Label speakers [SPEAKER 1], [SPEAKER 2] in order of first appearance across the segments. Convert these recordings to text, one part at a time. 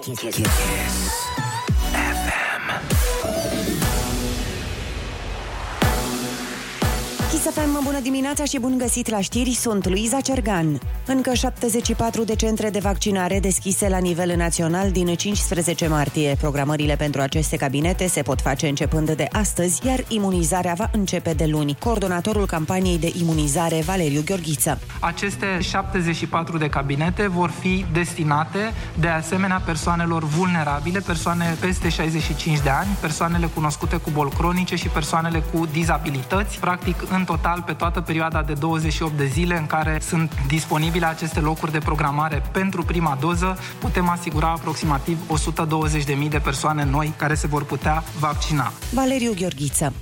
[SPEAKER 1] Kiss FM.
[SPEAKER 2] Chisafem, bună dimineața și bun găsit la știri, sunt Luiza Cergan. Încă 74 de centre de vaccinare deschise la nivel național din 15 martie. Programările pentru aceste cabinete se pot face începând de astăzi, iar imunizarea va începe de luni. Coordonatorul campaniei de imunizare, Valeriu Gheorghiță.
[SPEAKER 3] Aceste 74 de cabinete vor fi destinate de asemenea persoanelor vulnerabile, persoane peste 65 de ani, persoanele cunoscute cu boli cronice și persoanele cu dizabilități. Practic, în total, pe toată perioada de 28 de zile în care sunt disponibile aceste locuri de programare pentru prima doză, putem asigura aproximativ 120.000 de persoane noi care se vor putea vaccina.
[SPEAKER 2] Valeriu Gheorghiță.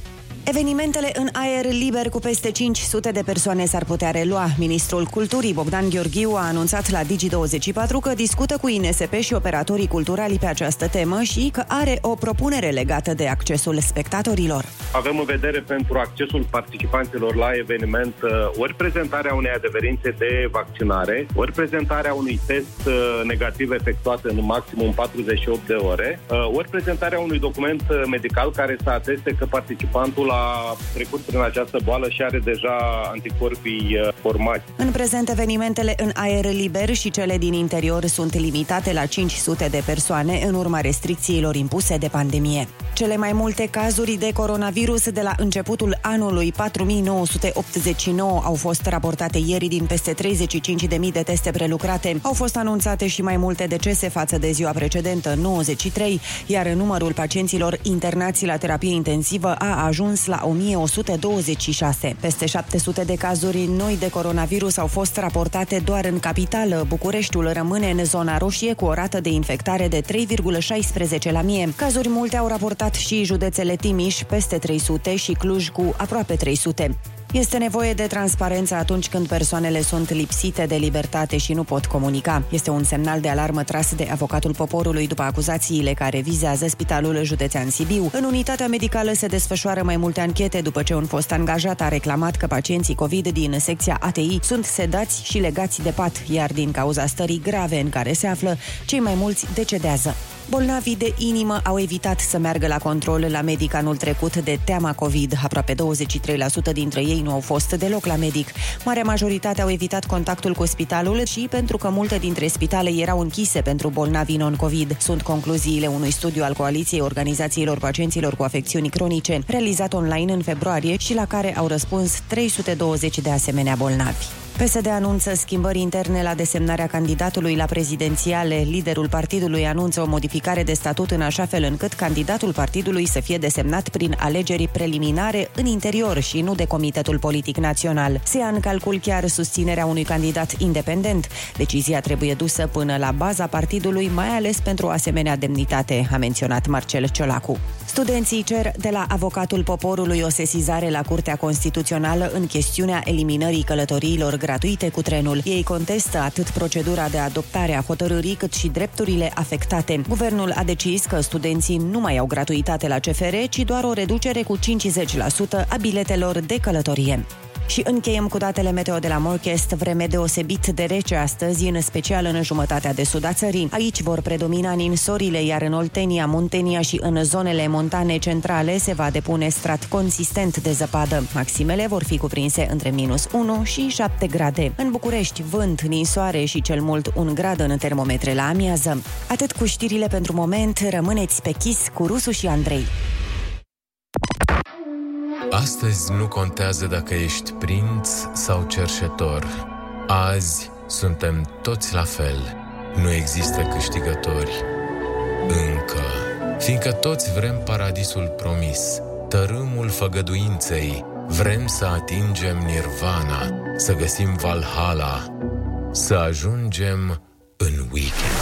[SPEAKER 2] Evenimentele în aer liber cu peste 500 de persoane s-ar putea relua. Ministrul Culturii Bogdan Gheorghiu a anunțat la Digi24 că discută cu INSP și operatorii culturali pe această temă și că are o propunere legată de accesul spectatorilor.
[SPEAKER 4] Avem în vedere pentru accesul participanților la eveniment uh, ori prezentarea unei adeverințe de vaccinare, ori prezentarea unui test uh, negativ efectuat în maximum 48 de ore, uh, ori prezentarea unui document uh, medical care să ateste că participantul a trecut prin această boală și are deja anticorpii uh, formați.
[SPEAKER 2] În prezent, evenimentele în aer liber și cele din interior sunt limitate la 500 de persoane în urma restricțiilor impuse de pandemie. Cele mai multe cazuri de coronavirus de la începutul anului 4989 au fost raportate ieri din peste 35.000 de teste prelucrate. Au fost anunțate și mai multe decese față de ziua precedentă, 93, iar numărul pacienților internați la terapie intensivă a ajuns la 1126. Peste 700 de cazuri noi de coronavirus au fost raportate doar în capitală. Bucureștiul rămâne în zona roșie cu o rată de infectare de 3,16 la mie. Cazuri multe au raportat și județele Timiș, peste 300 și Cluj cu aproape 300. Este nevoie de transparență atunci când persoanele sunt lipsite de libertate și nu pot comunica. Este un semnal de alarmă tras de avocatul poporului după acuzațiile care vizează Spitalul Județean Sibiu. În unitatea medicală se desfășoară mai multe anchete după ce un fost angajat a reclamat că pacienții COVID din secția ATI sunt sedați și legați de pat, iar din cauza stării grave în care se află, cei mai mulți decedează. Bolnavii de inimă au evitat să meargă la control la medic anul trecut de teama COVID. Aproape 23% dintre ei nu au fost deloc la medic. Marea majoritate au evitat contactul cu spitalul și pentru că multe dintre spitale erau închise pentru bolnavi non-COVID. Sunt concluziile unui studiu al Coaliției Organizațiilor Pacienților cu Afecțiuni Cronice, realizat online în februarie și la care au răspuns 320 de asemenea bolnavi. PSD anunță schimbări interne la desemnarea candidatului la prezidențiale. Liderul partidului anunță o modificare de statut în așa fel încât candidatul partidului să fie desemnat prin alegeri preliminare în interior și nu de Comitetul Politic Național. Se ia în calcul chiar susținerea unui candidat independent. Decizia trebuie dusă până la baza partidului, mai ales pentru o asemenea demnitate, a menționat Marcel Ciolacu. Studenții cer de la avocatul poporului o sesizare la Curtea Constituțională în chestiunea eliminării călătoriilor gratuite cu trenul. Ei contestă atât procedura de adoptare a hotărârii, cât și drepturile afectate. Guvernul a decis că studenții nu mai au gratuitate la CFR, ci doar o reducere cu 50% a biletelor de călătorie. Și încheiem cu datele meteo de la Morchest, vreme deosebit de rece astăzi, în special în jumătatea de sud a țării. Aici vor predomina ninsorile, iar în Oltenia, Muntenia și în zonele montane centrale se va depune strat consistent de zăpadă. Maximele vor fi cuprinse între minus 1 și 7 grade. În București, vânt, ninsoare și cel mult 1 grad în termometre la amiază. Atât cu știrile pentru moment, rămâneți pe chis cu Rusu și Andrei.
[SPEAKER 5] Astăzi nu contează dacă ești prinț sau cerșetor. Azi suntem toți la fel. Nu există câștigători. Încă. Fiindcă toți vrem paradisul promis, tărâmul făgăduinței, vrem să atingem nirvana, să găsim Valhalla, să ajungem în weekend.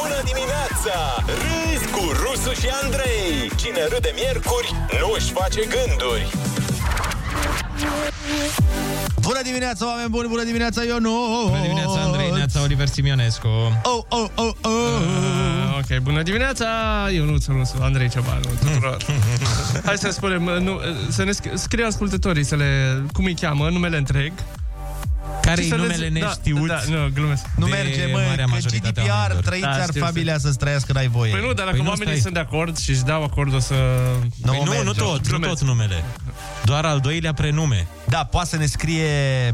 [SPEAKER 6] Bună dimineața! Râzi cu Rusu și Andrei! Cine râde miercuri, nu își face gânduri.
[SPEAKER 7] Bună dimineața, oameni buni! Bună dimineața, Ionu! Bună
[SPEAKER 8] dimineața, Andrei, neața Oliver Simionescu.
[SPEAKER 7] Oh, oh, oh, oh!
[SPEAKER 8] Ah, ok, bună dimineața, eu nu sunt Rusu, Andrei Ceabalu, tuturor. Hai să spunem, nu, să ne sc- scrie ascultătorii, să le, cum îi cheamă, numele întreg.
[SPEAKER 9] Care-i
[SPEAKER 8] să le
[SPEAKER 9] numele
[SPEAKER 8] zic? Da,
[SPEAKER 9] neștiut?
[SPEAKER 8] Da, nu, glumesc.
[SPEAKER 7] Nu
[SPEAKER 9] De
[SPEAKER 7] merge,
[SPEAKER 9] marea
[SPEAKER 7] mă, că
[SPEAKER 9] majoritate a
[SPEAKER 7] GDPR,
[SPEAKER 9] oamenilor.
[SPEAKER 7] trăiți
[SPEAKER 8] Da,
[SPEAKER 7] ar
[SPEAKER 8] știu,
[SPEAKER 7] familia să-ți trăiască, n-ai voie.
[SPEAKER 8] Păi nu, dar dacă
[SPEAKER 9] Păi nu,
[SPEAKER 8] oamenii
[SPEAKER 9] stai.
[SPEAKER 8] sunt de acord și își dau acordul să...
[SPEAKER 7] Nu
[SPEAKER 9] Păi nu,
[SPEAKER 7] merge.
[SPEAKER 9] nu tot, nu
[SPEAKER 8] Glumesc.
[SPEAKER 9] tot numele. Doar al doilea prenume.
[SPEAKER 7] Da, poate să ne scrie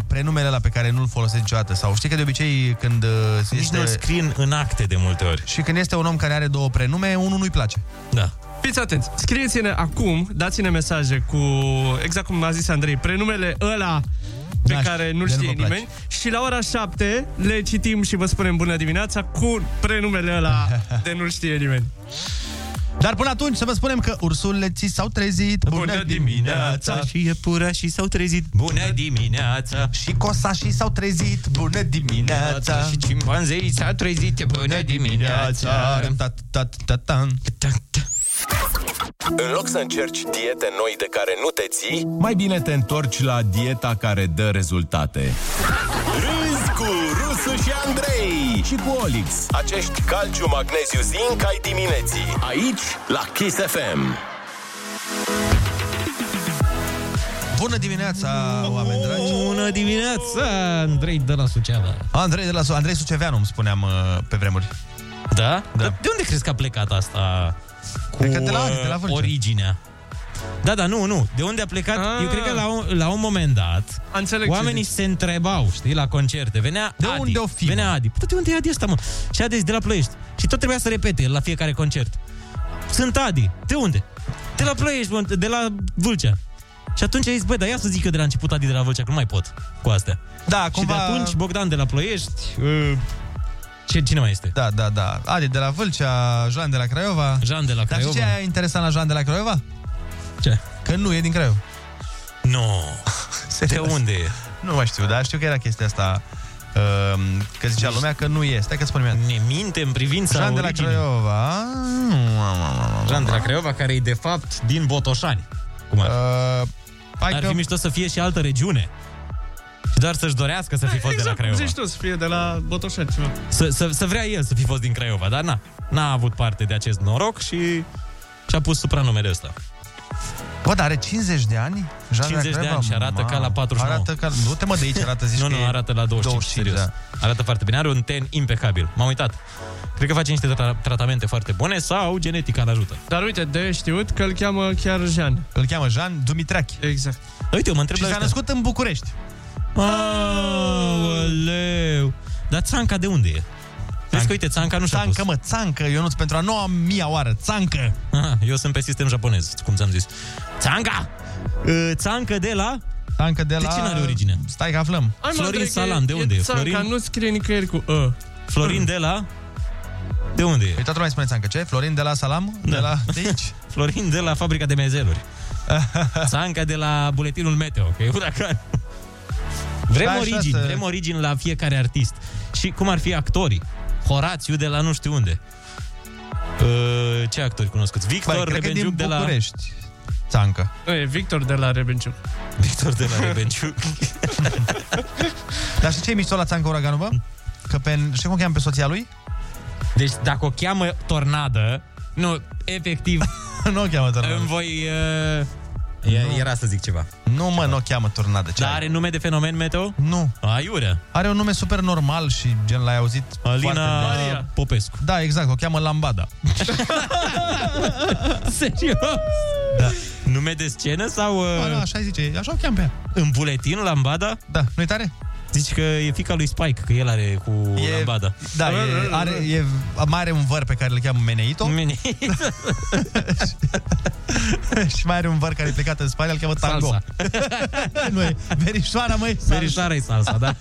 [SPEAKER 7] prenumele la pe care nu-l folosești niciodată. Sau știi că de obicei când uh,
[SPEAKER 9] Nici nu
[SPEAKER 7] este...
[SPEAKER 9] scrie în- în acte de multe ori.
[SPEAKER 7] Și când este un om care are două prenume, unul nu-i place.
[SPEAKER 9] Da.
[SPEAKER 8] Fiți atenți, scrieți-ne acum, dați-ne mesaje cu, exact cum a zis Andrei, prenumele ăla pe
[SPEAKER 7] Da,
[SPEAKER 8] care nu-l
[SPEAKER 7] de nu
[SPEAKER 8] știe
[SPEAKER 7] vă place.
[SPEAKER 8] nimeni și la ora 7 le citim și vă spunem bună dimineața cu prenumele ăla de nu-l știe nimeni.
[SPEAKER 7] Dar până atunci să vă spunem că ursuleții s-au trezit.
[SPEAKER 8] Bună dimineața!
[SPEAKER 9] Și iepurașii s-au trezit. Bună dimineața!
[SPEAKER 7] Și cosașii s-au trezit. Bună dimineața!
[SPEAKER 9] Și cimpanzeii s-au trezit. Bună dimineața!
[SPEAKER 7] Ta-ta-ta-ta-tan.
[SPEAKER 6] În loc să încerci diete noi de care nu te ții,
[SPEAKER 10] Mai bine te întorci la dieta care dă rezultate.
[SPEAKER 6] râzi cu Rusu și Andrei.
[SPEAKER 10] Și cu Olix.
[SPEAKER 6] Acești calciu, magneziu, zinc ai dimineții. Aici, la Kiss FM.
[SPEAKER 7] Bună dimineața, oameni dragi!
[SPEAKER 9] Bună dimineața! Andrei de la Suceava.
[SPEAKER 7] Andrei, de la, Su- Andrei Suceveanu îmi spuneam uh, pe vremuri.
[SPEAKER 9] Da? Dar de unde crezi că a plecat asta cu
[SPEAKER 7] Cred că de la Ari, de la
[SPEAKER 9] uh,
[SPEAKER 7] Vâlcea.
[SPEAKER 9] originea? Da, da, nu, nu. De unde a plecat?
[SPEAKER 8] Ah.
[SPEAKER 9] Eu cred că la un, la un moment dat
[SPEAKER 8] A, înțeleg ce
[SPEAKER 9] oamenii
[SPEAKER 8] zici.
[SPEAKER 9] se întrebau, știi, la concerte. Venea
[SPEAKER 7] De
[SPEAKER 9] Adi,
[SPEAKER 7] unde o fi,
[SPEAKER 9] Venea Adi. Păi, de unde e Adi ăsta, mă? Și Adi e de la Ploiești. Și tot trebuia să repete el la fiecare concert. Sunt Adi. De unde? De la Ploiești, mă, de la Vâlcea. Și atunci ai zis, băi, dar ia să zic că de la început Adi de la Vâlcea, că nu mai pot cu astea.
[SPEAKER 7] Da,
[SPEAKER 9] Cumva... Și de atunci Bogdan de la Ploiești... Uh... Ce, cine mai este?
[SPEAKER 7] Da, da, da. Adi de la Vâlcea, Jean de la Craiova.
[SPEAKER 9] Jean de la
[SPEAKER 7] Dar știi
[SPEAKER 9] Craiova.
[SPEAKER 7] ce e interesant la Jean de la Craiova?
[SPEAKER 9] Ce?
[SPEAKER 7] Că nu e din Craiova.
[SPEAKER 9] Nu. De
[SPEAKER 7] Serios.
[SPEAKER 9] unde e?
[SPEAKER 7] Nu mai știu, dar știu că era chestia asta ehm, că zicea lumea că nu e. Stai că spune mie.
[SPEAKER 9] Ne minte în privința
[SPEAKER 7] Jean de la
[SPEAKER 9] originii.
[SPEAKER 7] Craiova.
[SPEAKER 9] Jean de la Craiova, care e de fapt din Botoșani. Cum ar,
[SPEAKER 7] Uh, Hai
[SPEAKER 9] ar
[SPEAKER 7] că
[SPEAKER 9] fi mișto să fie și altă regiune. Și doar să-și dorească să fi fost
[SPEAKER 8] exact,
[SPEAKER 9] de la
[SPEAKER 8] cum
[SPEAKER 9] Craiova.
[SPEAKER 8] zici tu, să fie de la Botoșani ceva.
[SPEAKER 9] Să, să, să vrea el să fi fost din Craiova, dar na. N-a avut parte de acest noroc și și-a pus supranumele ăsta.
[SPEAKER 7] Bă, dar are 50 de ani? Jean
[SPEAKER 9] 50 de
[SPEAKER 7] Craiova?
[SPEAKER 9] ani și arată
[SPEAKER 7] Mamă.
[SPEAKER 9] ca la 49.
[SPEAKER 7] Arată ca... Nu te mă de aici, arată zici
[SPEAKER 9] nu,
[SPEAKER 7] că
[SPEAKER 9] nu,
[SPEAKER 7] e
[SPEAKER 9] arată la 25, 25 serios.
[SPEAKER 7] da.
[SPEAKER 9] Da. Arată foarte bine, are un ten impecabil. M-am uitat. Cred că face niște tra- tratamente foarte bune sau genetica îl ajută.
[SPEAKER 8] Dar uite, de știut că îl cheamă chiar Jean.
[SPEAKER 7] Îl cheamă Jean Dumitrache.
[SPEAKER 8] Exact.
[SPEAKER 9] Uite, eu mă întreb
[SPEAKER 7] Și
[SPEAKER 9] la
[SPEAKER 7] s-a
[SPEAKER 9] ăștia.
[SPEAKER 7] născut în București.
[SPEAKER 9] Aoleu! Dar Țanca de unde e? Vezi că, uite, Țanca nu și-a pus.
[SPEAKER 7] Țancă, mă, țancă, Ionuț, pentru a noua mia oară, țancă.
[SPEAKER 9] Aha, eu sunt pe sistem japonez, cum ți-am zis. Țanca! Uh, Țancă de la...
[SPEAKER 7] Țancă de la...
[SPEAKER 9] cine are origine?
[SPEAKER 7] Stai că aflăm.
[SPEAKER 8] Hai, mă,
[SPEAKER 9] Florin
[SPEAKER 8] Andrei, că
[SPEAKER 9] Salam, de unde e?
[SPEAKER 8] e? Țanca,
[SPEAKER 9] Florin?
[SPEAKER 8] nu scrie nicăieri cu ă.
[SPEAKER 9] Florin de la... De unde e?
[SPEAKER 7] Păi toată lumea spune țancă, ce? Florin de la Salam? De
[SPEAKER 9] Da.
[SPEAKER 7] la... De aici?
[SPEAKER 9] Florin de la fabrica de mezeluri. Țanca de la buletinul meteo, că e uragan. Vrem
[SPEAKER 7] Da, așa
[SPEAKER 9] origini,
[SPEAKER 7] să-
[SPEAKER 9] vrem origini la fiecare artist. Și cum ar fi actorii? Horațiu de la nu știu unde. Uh, ce actori cunoscuți?
[SPEAKER 7] Băi,
[SPEAKER 9] Victor
[SPEAKER 7] Păi, cred că
[SPEAKER 9] Rebenciuc
[SPEAKER 7] din
[SPEAKER 9] de la...
[SPEAKER 7] București. Țancă.
[SPEAKER 8] Nu, e Păi, Victor de la Rebenciuc.
[SPEAKER 9] Victor de la Rebenciuc.
[SPEAKER 7] Dar știi ce e mișto la Țancă Uraganul, bă? Că pe... Știi cum cheam pe soția lui?
[SPEAKER 9] Deci dacă o cheamă tornadă, nu, efectiv,
[SPEAKER 7] nu o cheamă
[SPEAKER 9] îmi
[SPEAKER 7] tornadă.
[SPEAKER 9] voi... Uh, e, era să zic ceva.
[SPEAKER 7] Nu, mă, nu o cheamă tornadă. Ce
[SPEAKER 9] Dar
[SPEAKER 7] ai?
[SPEAKER 9] are nume de fenomen meteo?
[SPEAKER 7] Nu.
[SPEAKER 9] Aiurea.
[SPEAKER 7] Are un nume super normal și gen l-ai auzit foarte
[SPEAKER 9] Alina
[SPEAKER 7] des.
[SPEAKER 8] Maria.
[SPEAKER 9] Popescu.
[SPEAKER 7] Da, exact, o cheamă Lambada.
[SPEAKER 9] Serios? Da. Nume de scenă sau
[SPEAKER 7] Ba, da,
[SPEAKER 9] uh,
[SPEAKER 7] așa zice, așa o cheam pe ea.
[SPEAKER 9] în buletin Lambada?
[SPEAKER 7] Da, nu-i tare?
[SPEAKER 9] Zici că e fica lui Spike, că el are cu e... Lambada.
[SPEAKER 7] Da, e, are, e, mai are un văr pe care îl cheamă Meneito
[SPEAKER 9] Mini-
[SPEAKER 7] și mai are un văr care e plecat în Spania, îl cheamă Tango.
[SPEAKER 9] Salsa.
[SPEAKER 7] nu e, verișoara, măi, salsa.
[SPEAKER 9] Verișoara e salsa, da.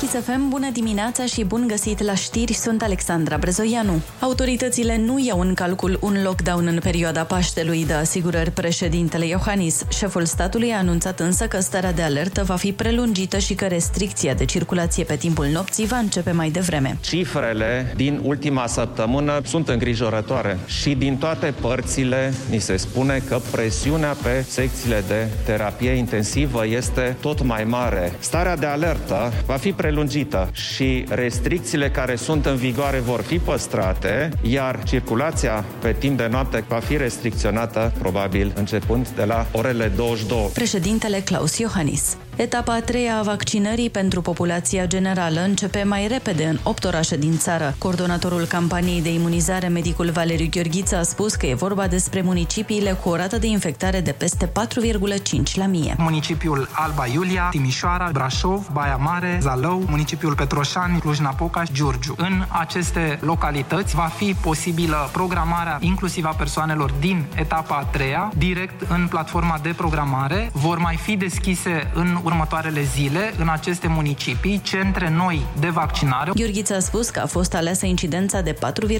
[SPEAKER 11] Chisafem, bună dimineața și bun găsit la știri, sunt Alexandra Brezoianu. Autoritățile nu iau în calcul un lockdown în perioada Paștelui, de asigurări președintele Iohannis. Șeful statului a anunțat însă că starea de alertă va fi prelungită și că restricția de circulație pe timpul nopții va începe mai devreme.
[SPEAKER 12] Cifrele din ultima săptămână sunt îngrijorătoare și din toate părțile ni se spune că presiunea pe secțiile de terapie intensivă este tot mai mare. Starea de alertă va fi prelungită prelungită și restricțiile care sunt în vigoare vor fi păstrate, iar circulația pe timp de noapte va fi restricționată probabil începând de la orele 22.
[SPEAKER 11] Președintele Claus Iohannis. Etapa a treia a vaccinării pentru populația generală începe mai repede în 8 orașe din țară. Coordonatorul campaniei de imunizare, medicul Valeriu Gheorghiță, a spus că e vorba despre municipiile cu o rată de infectare de peste 4,5 la mie.
[SPEAKER 3] Municipiul Alba Iulia, Timișoara, Brașov, Baia Mare, Zalău, municipiul Petroșani, Cluj-Napoca, Giurgiu. În aceste localități va fi posibilă programarea inclusiv a persoanelor din etapa a treia, direct în platforma de programare. Vor mai fi deschise în următoarele zile, în aceste municipii, centre noi de vaccinare.
[SPEAKER 11] Gheorghiță a spus că a fost aleasă incidența de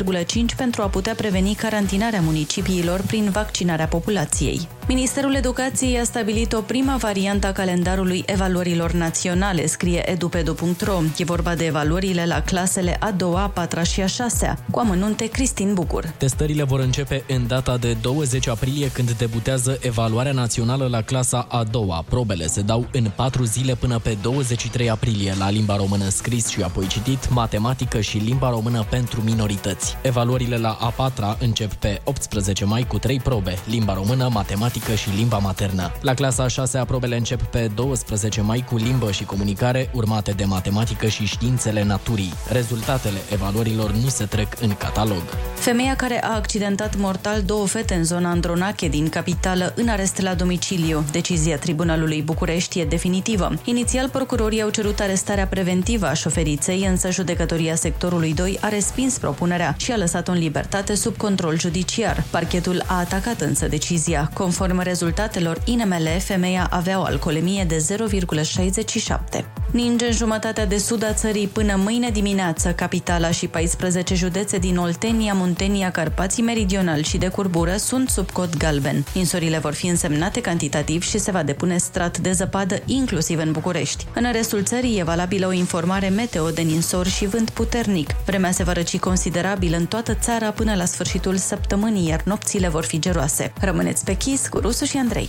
[SPEAKER 11] 4,5 pentru a putea preveni carantinarea municipiilor prin vaccinarea populației. Ministerul Educației a stabilit o prima variantă a calendarului evaluărilor naționale, scrie edupedu.ro. E vorba de evaluările la clasele a doua, a patra și a șasea, cu amănunte Cristin Bucur.
[SPEAKER 13] Testările vor începe în data de 20 aprilie, când debutează evaluarea națională la clasa a doua. Probele se dau în 4 zile până pe 23 aprilie la limba română scris și apoi citit, matematică și limba română pentru minorități. Evaluările la a patra încep pe 18 mai cu 3 probe, limba română, matematică și limba maternă. La clasa a 6 probele încep pe 12 mai cu limbă și comunicare, urmate de matematică și științele naturii. Rezultatele evaluărilor nu se trec în catalog.
[SPEAKER 11] Femeia care a accidentat mortal două fete în zona Andronache din capitală în arest la domiciliu. Decizia Tribunalului București e definitivă. Inițial, procurorii au cerut arestarea preventivă a șoferiței, însă judecătoria sectorului 2 a respins propunerea și a lăsat-o în libertate sub control judiciar. Parchetul a atacat însă decizia. Conform rezultatelor INML, femeia avea o alcoolemie de 0,67. Ninge în jumătatea de sud a țării până mâine dimineață. Capitala și 14 județe din Oltenia, Muntenia, Carpații Meridional și de Curbură sunt sub cod galben. Insorile vor fi însemnate cantitativ și se va depune strat de zăpadă inclusiv în București. În restul țării e valabilă o informare meteo de ninsor și vânt puternic. Vremea se va răci considerabil în toată țara până la sfârșitul săptămânii, iar nopțile vor fi geroase. Rămâneți pe chis cu Rusu și Andrei.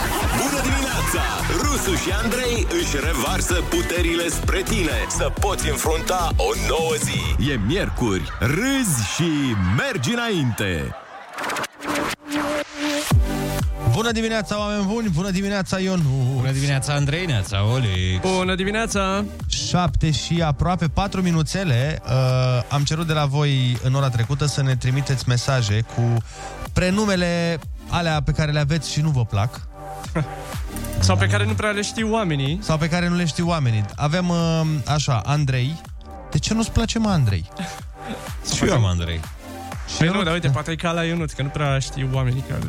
[SPEAKER 6] Bună dimineața! Rusu și Andrei își revarsă puterile spre tine Să poți înfrunta o nouă zi
[SPEAKER 10] E miercuri, râzi și mergi înainte!
[SPEAKER 7] Bună dimineața, oameni buni! Bună dimineața, Ion! Bună
[SPEAKER 1] dimineața, Andrei! Neața, Olic!
[SPEAKER 7] Bună dimineața! 7 și aproape 4 minuțele. Uh, am cerut de la voi în ora trecută să ne trimiteți mesaje cu prenumele alea pe care le aveți și nu vă plac.
[SPEAKER 8] Sau pe care nu prea le știu oamenii.
[SPEAKER 7] Sau pe care nu le știu oamenii. Avem, uh, așa, Andrei. De ce nu-ți place, mă, Andrei?
[SPEAKER 1] Și eu am Andrei.
[SPEAKER 8] Păi nu, dar uite, poate e ca la Ionuț, că nu prea știu oamenii care...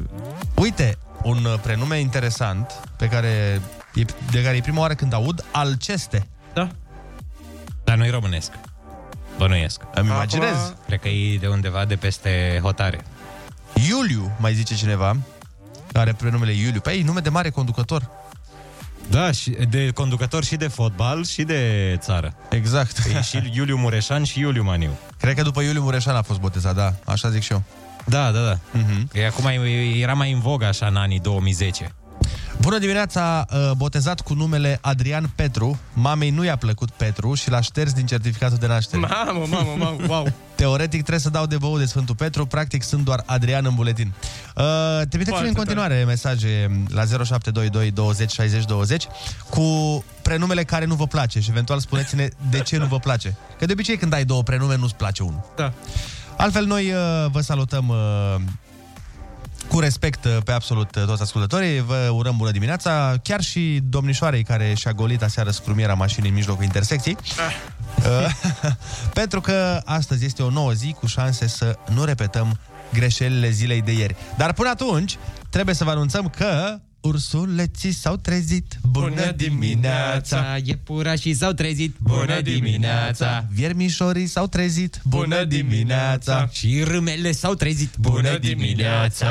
[SPEAKER 7] Uite, un uh, prenume interesant pe care e, de care e prima oară când aud, Alceste.
[SPEAKER 8] Da.
[SPEAKER 1] Dar nu-i românesc. Bănuiesc.
[SPEAKER 7] Îmi imaginez.
[SPEAKER 1] Cred că e de undeva de peste hotare.
[SPEAKER 7] Iuliu, mai zice cineva, are prenumele Iuliu. Păi, e nume de mare conducător.
[SPEAKER 1] Da, și de conducător și de fotbal și de țară.
[SPEAKER 7] Exact.
[SPEAKER 1] E și Iuliu Mureșan și Iuliu Maniu.
[SPEAKER 7] Cred că după Iuliu Mureșan a fost botezat, da, așa zic și eu. Mhm.
[SPEAKER 1] Da, da, da. Uh-huh. E, acum e- era mai în vogă așa în anii 2010.
[SPEAKER 7] Bună dimineața, uh, botezat cu numele Adrian Petru. Mamei nu i-a plăcut Petru și l-a șters din certificatul de naștere.
[SPEAKER 8] Mamă, mamă, mamă, wow.
[SPEAKER 7] Teoretic trebuie să dau de băut de Sfântul Petru, practic sunt doar Adrian în buletin. Uh, Trimiteți-ne
[SPEAKER 8] Foarte
[SPEAKER 7] în continuare mesaje la 0722 20 60 20 cu prenumele care nu vă place și eventual spuneți-ne de ce nu vă place. Că de obicei când ai două prenume nu-ți place unul.
[SPEAKER 8] Da.
[SPEAKER 7] Altfel, noi uh, vă salutăm uh, cu respect uh, pe absolut uh, toți ascultătorii. Vă urăm bună dimineața, chiar și domnișoarei care și-a golit aseară scrumiera mașinii în mijlocul intersecției. Uh, pentru că astăzi este o nouă zi cu șanse să nu repetăm greșelile zilei de ieri. Dar până atunci, trebuie să vă anunțăm că ursuleții s-au trezit. Bună dimineața!
[SPEAKER 1] Iepurașii s-au trezit.
[SPEAKER 7] Viermișorii s-au trezit. Bună dimineața!
[SPEAKER 1] Și râmele s-au trezit. Bună dimineața!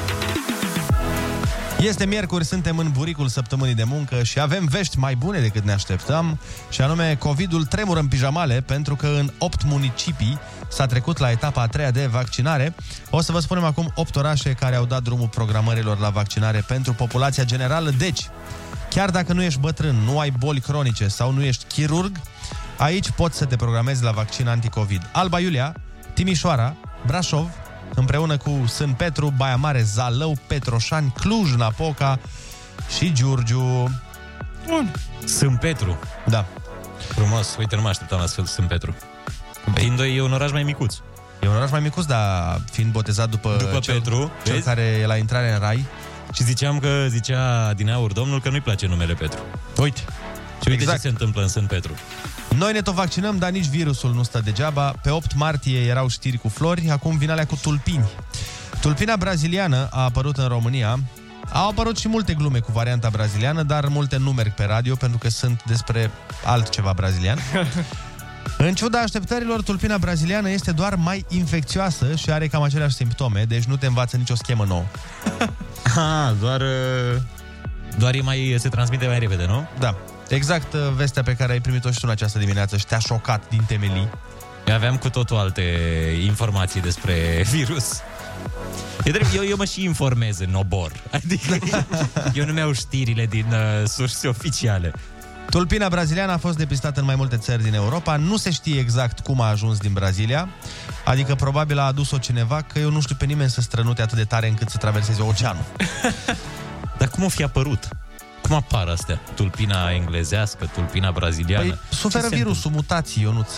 [SPEAKER 7] Este miercuri, suntem în buricul săptămânii de muncă și avem vești mai bune decât ne așteptam, și anume COVID-ul tremură în pijamale pentru că în 8 municipii s-a trecut la etapa a treia de vaccinare. O să vă spunem acum 8 orașe care au dat drumul programărilor la vaccinare pentru populația generală. Deci, chiar dacă nu ești bătrân, nu ai boli cronice sau nu ești chirurg, aici poți să te programezi la vaccin anticovid. Alba Iulia, Timișoara, Brașov, împreună cu Sân Petru, Baia Mare, Zalău, Petroșani, Cluj-Napoca și Giurgiu. Bun.
[SPEAKER 9] Sunt Petru.
[SPEAKER 7] Da.
[SPEAKER 9] Frumos, uite, nu mă așteptam la Sfânt- Sunt Petru. Fiind doi, e un oraș mai micuț.
[SPEAKER 7] E un oraș mai micuț, dar fiind botezat după,
[SPEAKER 9] După Petru,
[SPEAKER 7] cel
[SPEAKER 9] vezi?
[SPEAKER 7] care e la intrare în rai.
[SPEAKER 9] Și ziceam că zicea din aur domnul că nu-i place numele Petru.
[SPEAKER 7] Uite.
[SPEAKER 9] Și uite exact. ce se întâmplă în Sânt Petru.
[SPEAKER 7] Noi ne tot vaccinăm, dar nici virusul nu stă degeaba. Pe 8 martie erau știri cu flori, acum vin alea cu tulpini. Tulpina braziliană a apărut în România. Au apărut și multe glume cu varianta braziliană, dar multe nu merg pe radio pentru că sunt despre altceva brazilian. În ciuda așteptărilor, tulpina braziliană este doar mai infecțioasă și are cam aceleași simptome, deci nu te învață nicio schemă nouă.
[SPEAKER 9] Ah, doar... Doar e mai, se transmite mai repede, nu?
[SPEAKER 7] Da. Exact uh, vestea pe care ai primit-o și tu în această dimineață și te-a șocat din temelii.
[SPEAKER 9] Aveam cu totul alte informații despre virus. E drept, eu, eu mă și informez în obor. Adică eu nu mi-au știrile din uh, surse oficiale.
[SPEAKER 7] Tulpina braziliană a fost depistată în mai multe țări din Europa. Nu se știe exact cum a ajuns din Brazilia. Adică probabil a adus-o cineva, că eu nu știu pe nimeni să strănute atât de tare încât să traverseze oceanul.
[SPEAKER 9] Dar cum o fi apărut? Cum apar astea? Tulpina englezească, tulpina braziliană.
[SPEAKER 7] Păi suferă
[SPEAKER 9] Ce se
[SPEAKER 7] virusul, mutații, Ionuț.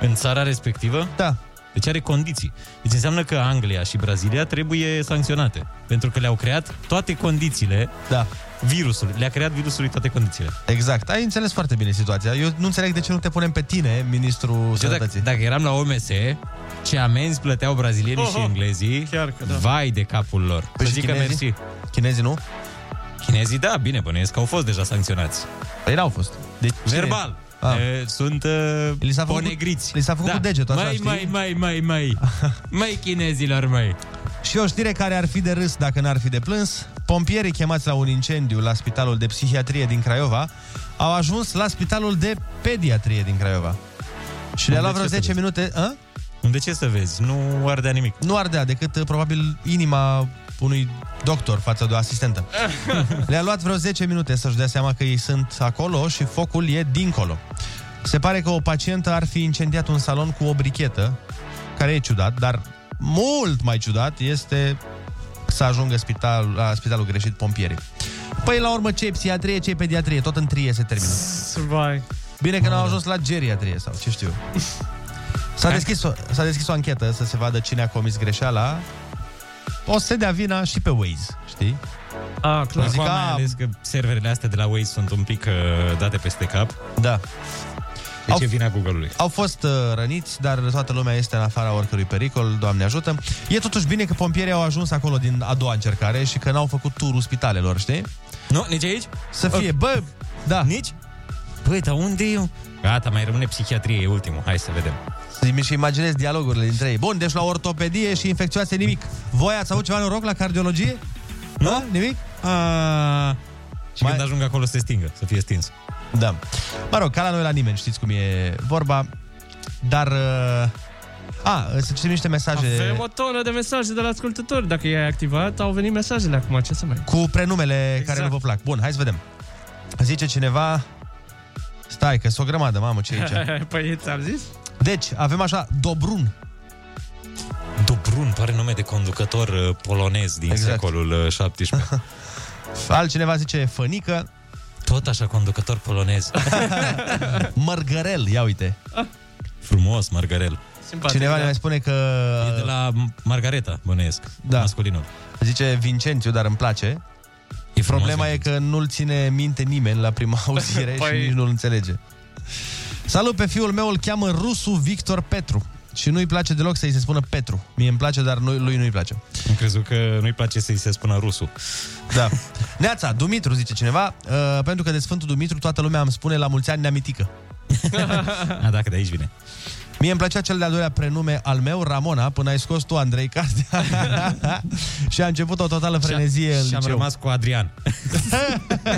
[SPEAKER 9] În țara respectivă?
[SPEAKER 7] Da.
[SPEAKER 9] Deci are condiții. Deci înseamnă că Anglia și Brazilia trebuie sancționate. Pentru că le-au creat toate condițiile
[SPEAKER 7] da.
[SPEAKER 9] virusului. Le-a creat virusului toate condițiile.
[SPEAKER 7] Exact. Ai înțeles foarte bine situația. Eu nu înțeleg de ce nu te punem pe tine, ministrul
[SPEAKER 9] Deci eu dacă,
[SPEAKER 7] sănătății.
[SPEAKER 9] dacă eram la OMS, ce amenzi plăteau brazilienii
[SPEAKER 7] Oho.
[SPEAKER 9] și englezii, Chiar că
[SPEAKER 7] da.
[SPEAKER 9] vai de capul lor. Păi
[SPEAKER 7] și chinezii? Chinezii nu?
[SPEAKER 9] Chinezii, da, bine, bănuiesc că au fost deja sancționați.
[SPEAKER 7] Păi n-au fost. Deci,
[SPEAKER 9] Verbal.
[SPEAKER 7] Ah.
[SPEAKER 9] E, Sunt uh,
[SPEAKER 7] Li s-a făcut,
[SPEAKER 9] ponegriți.
[SPEAKER 7] li s-a făcut
[SPEAKER 9] da.
[SPEAKER 7] cu degetul, așa,
[SPEAKER 9] mai,
[SPEAKER 7] știi?
[SPEAKER 9] mai, mai, mai, mai, mai chinezilor, mai.
[SPEAKER 7] Și o știre care ar fi de râs dacă n-ar fi de plâns. Pompierii chemați la un incendiu la Spitalul de Psihiatrie din Craiova au ajuns la Spitalul de Pediatrie din Craiova. Și le-a
[SPEAKER 9] Unde
[SPEAKER 7] luat vreo
[SPEAKER 9] ce să
[SPEAKER 7] 10 minute... A?
[SPEAKER 9] De ce să vezi? Nu ardea nimic.
[SPEAKER 7] Nu ardea, decât uh, probabil inima unui doctor față de o asistentă. Le-a luat vreo 10 minute să-și dea seama că ei sunt acolo și focul e dincolo. Se pare că o pacientă ar fi incendiat un salon cu o brichetă, care e ciudat, dar mult mai ciudat este să ajungă spital, la spitalul greșit pompierii. Păi la urmă ce e psihiatrie, ce e pediatrie, tot în trie se termină.
[SPEAKER 8] Vai.
[SPEAKER 7] Bine că n-au ajuns la geriatrie sau ce știu. S-a deschis, o, s-a deschis o anchetă să se vadă cine a comis greșeala. O să se dea vina și pe Waze, știi?
[SPEAKER 9] A,
[SPEAKER 7] clar.
[SPEAKER 9] Acum
[SPEAKER 7] Zic,
[SPEAKER 9] mai
[SPEAKER 7] a-
[SPEAKER 9] ales că serverele astea de la Waze sunt un pic uh, date peste cap.
[SPEAKER 7] Da.
[SPEAKER 9] Deci e vina Google-ului.
[SPEAKER 7] Au fost uh, răniți, dar toată lumea este în afara oricărui pericol, Doamne ajută. E totuși bine că pompierii au ajuns acolo din a doua încercare și că n-au făcut turul spitalelor, știi?
[SPEAKER 9] Nu, nici aici?
[SPEAKER 7] Să fie, bă, da.
[SPEAKER 9] Nici? Băi, dar unde e? Gata, mai rămâne psihiatrie, e ultimul. Hai să vedem.
[SPEAKER 7] Mi și imaginez dialogurile dintre ei. Bun, deci la ortopedie și infecțioase nimic. Voi ați avut ceva noroc la cardiologie? Nu? Da? Nimic?
[SPEAKER 9] A... Și Mai... când ajung acolo să se stingă, să fie stins.
[SPEAKER 7] Da. Mă rog, ca la noi la nimeni, știți cum e vorba. Dar... uh, A, să citim niște mesaje
[SPEAKER 8] Avem o tonă de mesaje de la ascultători. Dacă i-ai activat, au venit mesajele acum. Ce să mai...
[SPEAKER 7] cu prenumele exact. care nu vă plac. Bun, hai să vedem. Zice cineva... Stai, că sunt o grămadă, mamă, ce e aici.
[SPEAKER 8] păi ți-am zis?
[SPEAKER 7] Deci, avem așa, Dobrun.
[SPEAKER 9] Dobrun, pare nume de conducător uh, polonez din exact. secolul uh, 17.
[SPEAKER 7] Altcineva zice Fănică.
[SPEAKER 9] Tot așa conducător polonez.
[SPEAKER 7] Mărgărel, ia uite.
[SPEAKER 9] Ah. Frumos, Margarel.
[SPEAKER 8] Simpatic,
[SPEAKER 7] Cineva
[SPEAKER 9] Da.
[SPEAKER 7] ne mai spune că...
[SPEAKER 9] E de la Margareta, bănuiesc,
[SPEAKER 7] Da.
[SPEAKER 9] da. masculinul.
[SPEAKER 7] Zice Vincențiu, dar îmi place.
[SPEAKER 9] E frumos,
[SPEAKER 7] Problema e că nu-l ține minte nimeni la prima auzire și
[SPEAKER 8] Păi-
[SPEAKER 7] nici nu-l înțelege. Salut pe fiul meu, îl cheamă Rusu Victor Petru. Și nu-i place deloc să-i se spună Petru. Mie îmi place, dar nu, lui nu-i place.
[SPEAKER 9] Am crezut că nu-i place să-i se spună rusul.
[SPEAKER 7] Da. Neața, Dumitru, zice cineva, uh, pentru că de Sfântul Dumitru toată lumea îmi spune la mulți ani neamitică.
[SPEAKER 9] A, dacă de aici vine.
[SPEAKER 7] Mie îmi plăcea cel de-al doilea prenume al meu, Ramona, până ai scos tu, Andrei, cartea. și a început o totală frenezie în
[SPEAKER 9] Și am
[SPEAKER 7] liceu.
[SPEAKER 9] rămas cu Adrian.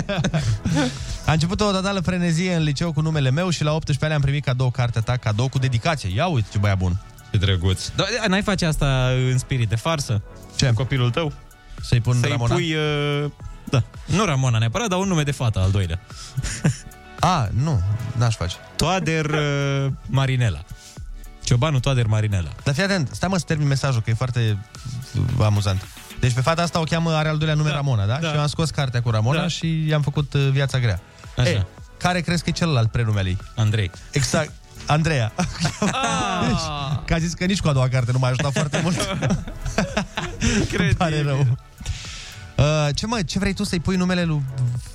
[SPEAKER 7] A început o totală frenezie în liceu cu numele meu și la 18 ani am primit cadou cartea ta, cadou cu dedicație. Ia uite ce băia bun.
[SPEAKER 9] Ce drăguț. Dar n-ai face asta în spirit de farsă?
[SPEAKER 7] Ce? Cu
[SPEAKER 9] copilul tău?
[SPEAKER 7] Să-i pun
[SPEAKER 9] Să-i
[SPEAKER 7] Ramona?
[SPEAKER 9] pui... Uh, da. Nu Ramona neapărat, dar un nume de fată al doilea.
[SPEAKER 7] A, nu, n-aș face.
[SPEAKER 9] Toader uh, Marinela. Ciobanul Toader Marinela.
[SPEAKER 7] Dar fii atent, stai mă să termin mesajul, că e foarte uh, amuzant. Deci pe fata asta o cheamă, are al doilea nume da, Ramona, da? da? Și eu am scos cartea cu Ramona da. și i-am făcut uh, viața grea.
[SPEAKER 9] Așa.
[SPEAKER 7] E, care crezi că e celălalt prenume al ei?
[SPEAKER 9] Andrei. Ah.
[SPEAKER 7] Exact. Andreea. deci, că a zis că nici cu a doua carte nu m-a ajutat foarte mult. Îmi pare rău. Uh, ce mă, ce vrei tu să-i pui numele lui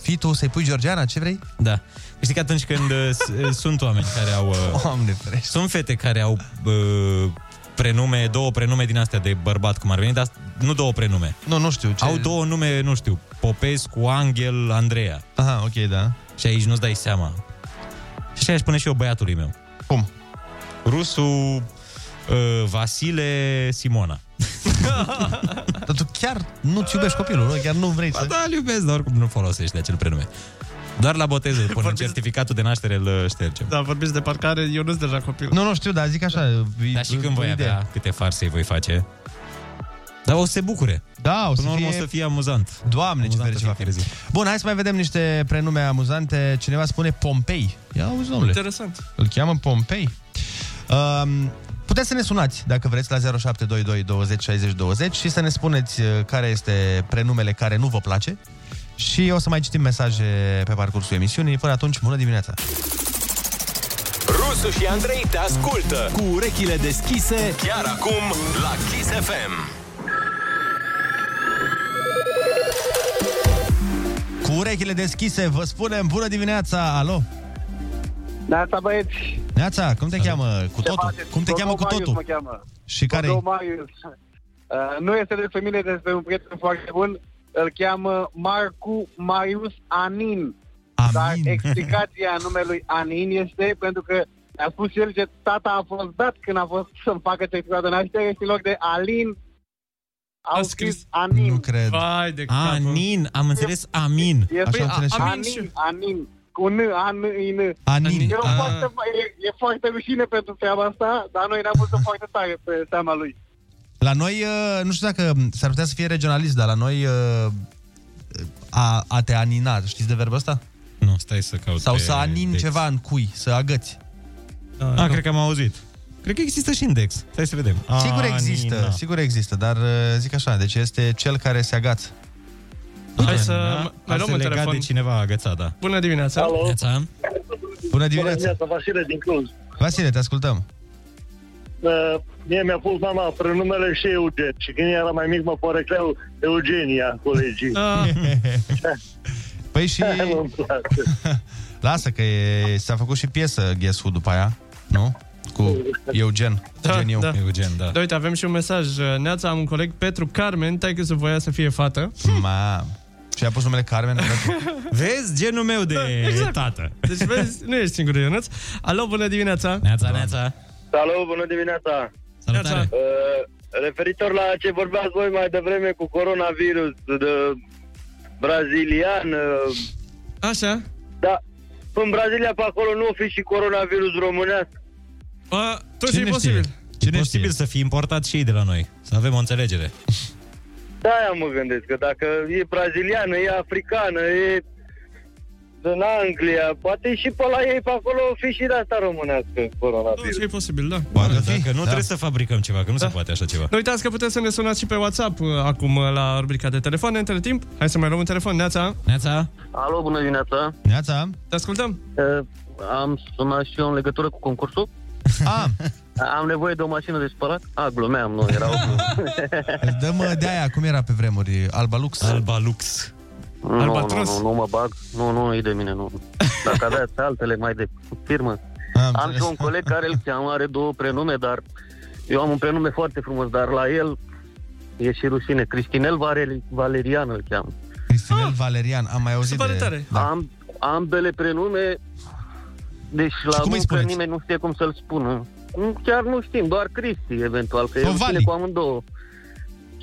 [SPEAKER 7] Fitu, să-i pui Georgiana, ce vrei?
[SPEAKER 9] Da. Știi că atunci când uh, s- uh, sunt oameni care au... Uh,
[SPEAKER 7] Doamne
[SPEAKER 9] sunt fete care au uh, prenume, două prenume din astea de bărbat, cum ar veni, dar nu două prenume.
[SPEAKER 7] Nu, nu știu. Ce...
[SPEAKER 9] Au două nume, nu știu, Popescu, Angel, Andreea.
[SPEAKER 7] Aha, ok, da.
[SPEAKER 9] Și aici nu-ți dai seama. Și așa aș pune și eu băiatului meu.
[SPEAKER 7] Cum?
[SPEAKER 9] Rusu, uh, Vasile, Simona.
[SPEAKER 7] Dar tu chiar nu-ți iubești copilul, nu? Chiar nu vrei
[SPEAKER 9] să... Da, îl iubesc, dar oricum nu folosești acel prenume. Doar la botez îl punem, certificatul de naștere îl uh, ștergem.
[SPEAKER 8] Da, vorbiți de parcare, eu nu deja copil.
[SPEAKER 7] Nu, nu știu, dar zic așa.
[SPEAKER 9] Dar și când voi
[SPEAKER 7] idee.
[SPEAKER 9] avea câte farse îi voi face? Dar o să se bucure.
[SPEAKER 7] Da, o să
[SPEAKER 9] Până la urmă
[SPEAKER 7] fie-
[SPEAKER 9] o să fie amuzant.
[SPEAKER 7] Doamne,
[SPEAKER 9] ce fericit va fi.
[SPEAKER 7] Bun, hai să mai vedem niște prenume amuzante. Cineva spune Pompei. Ia auzi, domnule.
[SPEAKER 8] Interesant.
[SPEAKER 7] Îl cheamă Pompei. Um, puteți să ne sunați, dacă vreți, la 0722 20 60 20 și să ne spuneți uh, care este prenumele care nu vă place și o să mai citim mesaje pe parcursul emisiunii. Până atunci, bună dimineața!
[SPEAKER 6] Rusu și Andrei te ascultă cu urechile deschise chiar acum la Kiss FM.
[SPEAKER 7] Cu urechile deschise, vă spunem bună dimineața! Alo!
[SPEAKER 14] Neața, băieți!
[SPEAKER 7] Neața, cum te cheamă cu totul? Cum te cheamă cu
[SPEAKER 14] Mă
[SPEAKER 7] totul?
[SPEAKER 14] cheamă.
[SPEAKER 7] Și care
[SPEAKER 14] Codou Marius. Uh, nu este despre mine, despre un prieten foarte bun. Îl cheamă Marcu Marius Anin.
[SPEAKER 7] Amin.
[SPEAKER 14] Dar explicația numelui Anin este pentru că a spus el că tata a fost dat când a fost să-mi facă certificatul de naștere și în loc de Alin au scris Anin.
[SPEAKER 7] Nu cred.
[SPEAKER 8] Vai de
[SPEAKER 9] Anin, am înțeles Amin.
[SPEAKER 14] Este
[SPEAKER 9] Amin.
[SPEAKER 14] Anin, Anin, cu N, An, In.
[SPEAKER 7] Anin.
[SPEAKER 14] E, o
[SPEAKER 9] Ah.
[SPEAKER 14] foarte, e, e foarte rușine pentru treaba asta, dar noi ne-am pus foarte tare pe seama lui.
[SPEAKER 7] La noi, uh, nu știu dacă s-ar putea să fie regionalist, dar la noi uh, a, a te anina, știți de verbul ăsta?
[SPEAKER 9] Nu, stai să caut
[SPEAKER 7] Sau
[SPEAKER 9] pe
[SPEAKER 7] să anin
[SPEAKER 9] Dex.
[SPEAKER 7] ceva în cui, să agăți.
[SPEAKER 9] Ah, cred că am auzit. Cred că există și index. Stai să vedem.
[SPEAKER 7] Sigur există,
[SPEAKER 9] Anina.
[SPEAKER 7] sigur există, dar uh, zic așa, deci este cel care se agață.
[SPEAKER 8] Hai să
[SPEAKER 9] Da,
[SPEAKER 8] mai luăm
[SPEAKER 9] asta
[SPEAKER 8] un
[SPEAKER 9] legat
[SPEAKER 8] telefon.
[SPEAKER 9] de cineva agățat, da.
[SPEAKER 8] Bună dimineața.
[SPEAKER 9] Alo. Neața.
[SPEAKER 7] Bună dimineața!
[SPEAKER 15] Vasile din Cluj.
[SPEAKER 7] Vasile, te ascultăm.
[SPEAKER 15] Uh, mie mi-a pus mama prenumele și Eugen. Și când era mai mic mă porecleau Eugenia, colegii.
[SPEAKER 7] Ah. păi și... Lasă că e, s-a făcut și piesă Guess Who după aia, nu? Cu Eugen. Eugen,
[SPEAKER 8] da.
[SPEAKER 9] Eugen, da.
[SPEAKER 8] Da, uite, avem și un mesaj. Neața, am un coleg, Petru Carmen, tai că se voia să fie fată.
[SPEAKER 7] Ma. Și a pus numele Carmen.
[SPEAKER 9] Vezi genul meu de da,
[SPEAKER 8] exact.
[SPEAKER 9] tată.
[SPEAKER 8] Deci vezi, nu ești singurul, Ionuț. Alo, bună dimineața.
[SPEAKER 9] Neața, neața.
[SPEAKER 15] Salut, bună dimineața!
[SPEAKER 9] Salutare!
[SPEAKER 15] Uh, referitor la ce vorbeați voi mai devreme cu coronavirus, de brazilian... Uh,
[SPEAKER 8] Așa.
[SPEAKER 15] Da, în Brazilia pe acolo nu o fi și coronavirus românesc.
[SPEAKER 8] A,
[SPEAKER 15] tot e posibil.
[SPEAKER 9] Cine e posibil să fie importat și ei de la noi. Să avem o înțelegere.
[SPEAKER 15] Da, aia mă gândesc, că dacă e braziliană, e africană, e din Anglia, poate și pe la ei pe acolo o fi și de asta românească coronavirus.
[SPEAKER 8] E posibil, da.
[SPEAKER 9] Poate Da. Dacă nu, trebuie să fabricăm ceva, că nu se poate așa ceva.
[SPEAKER 8] Nu uitați că puteți să ne sunați și pe WhatsApp uh, acum uh, la rubrica de telefoane. Între timp, hai să mai luăm un telefon. Neața.
[SPEAKER 9] Neața.
[SPEAKER 15] Alo, bună dimineața!
[SPEAKER 7] Neața.
[SPEAKER 8] Te ascultăm.
[SPEAKER 15] Uh, am sunat și eu în legătură cu concursul.
[SPEAKER 7] Am.
[SPEAKER 15] Am nevoie de o mașină de spălat? A, glumeam, nu, era o glumă.
[SPEAKER 7] Îți dăm uh, de aia, cum era pe vremuri, Alba Lux.
[SPEAKER 9] Alba Lux.
[SPEAKER 15] Nu, nu, nu, nu mă bag. Nu, nu, e de mine, nu. Dacă aveați altele mai de firmă. Am și un coleg care îl cheamă, are două prenume, dar eu am un prenume foarte frumos, dar la el e și rușine. Cristinel Vareli- Valerian îl cheamă.
[SPEAKER 7] Cristinel ah, Valerian, am mai auzit de...
[SPEAKER 15] Da. Am, ambele prenume, deci la
[SPEAKER 7] cum îi
[SPEAKER 15] muncă
[SPEAKER 7] spuneți?
[SPEAKER 15] nimeni nu știe cum să-l spună. Nu- Chiar nu știm, doar Cristi, eventual, că
[SPEAKER 7] Sau
[SPEAKER 15] eu
[SPEAKER 7] Vali.
[SPEAKER 15] cu amândouă.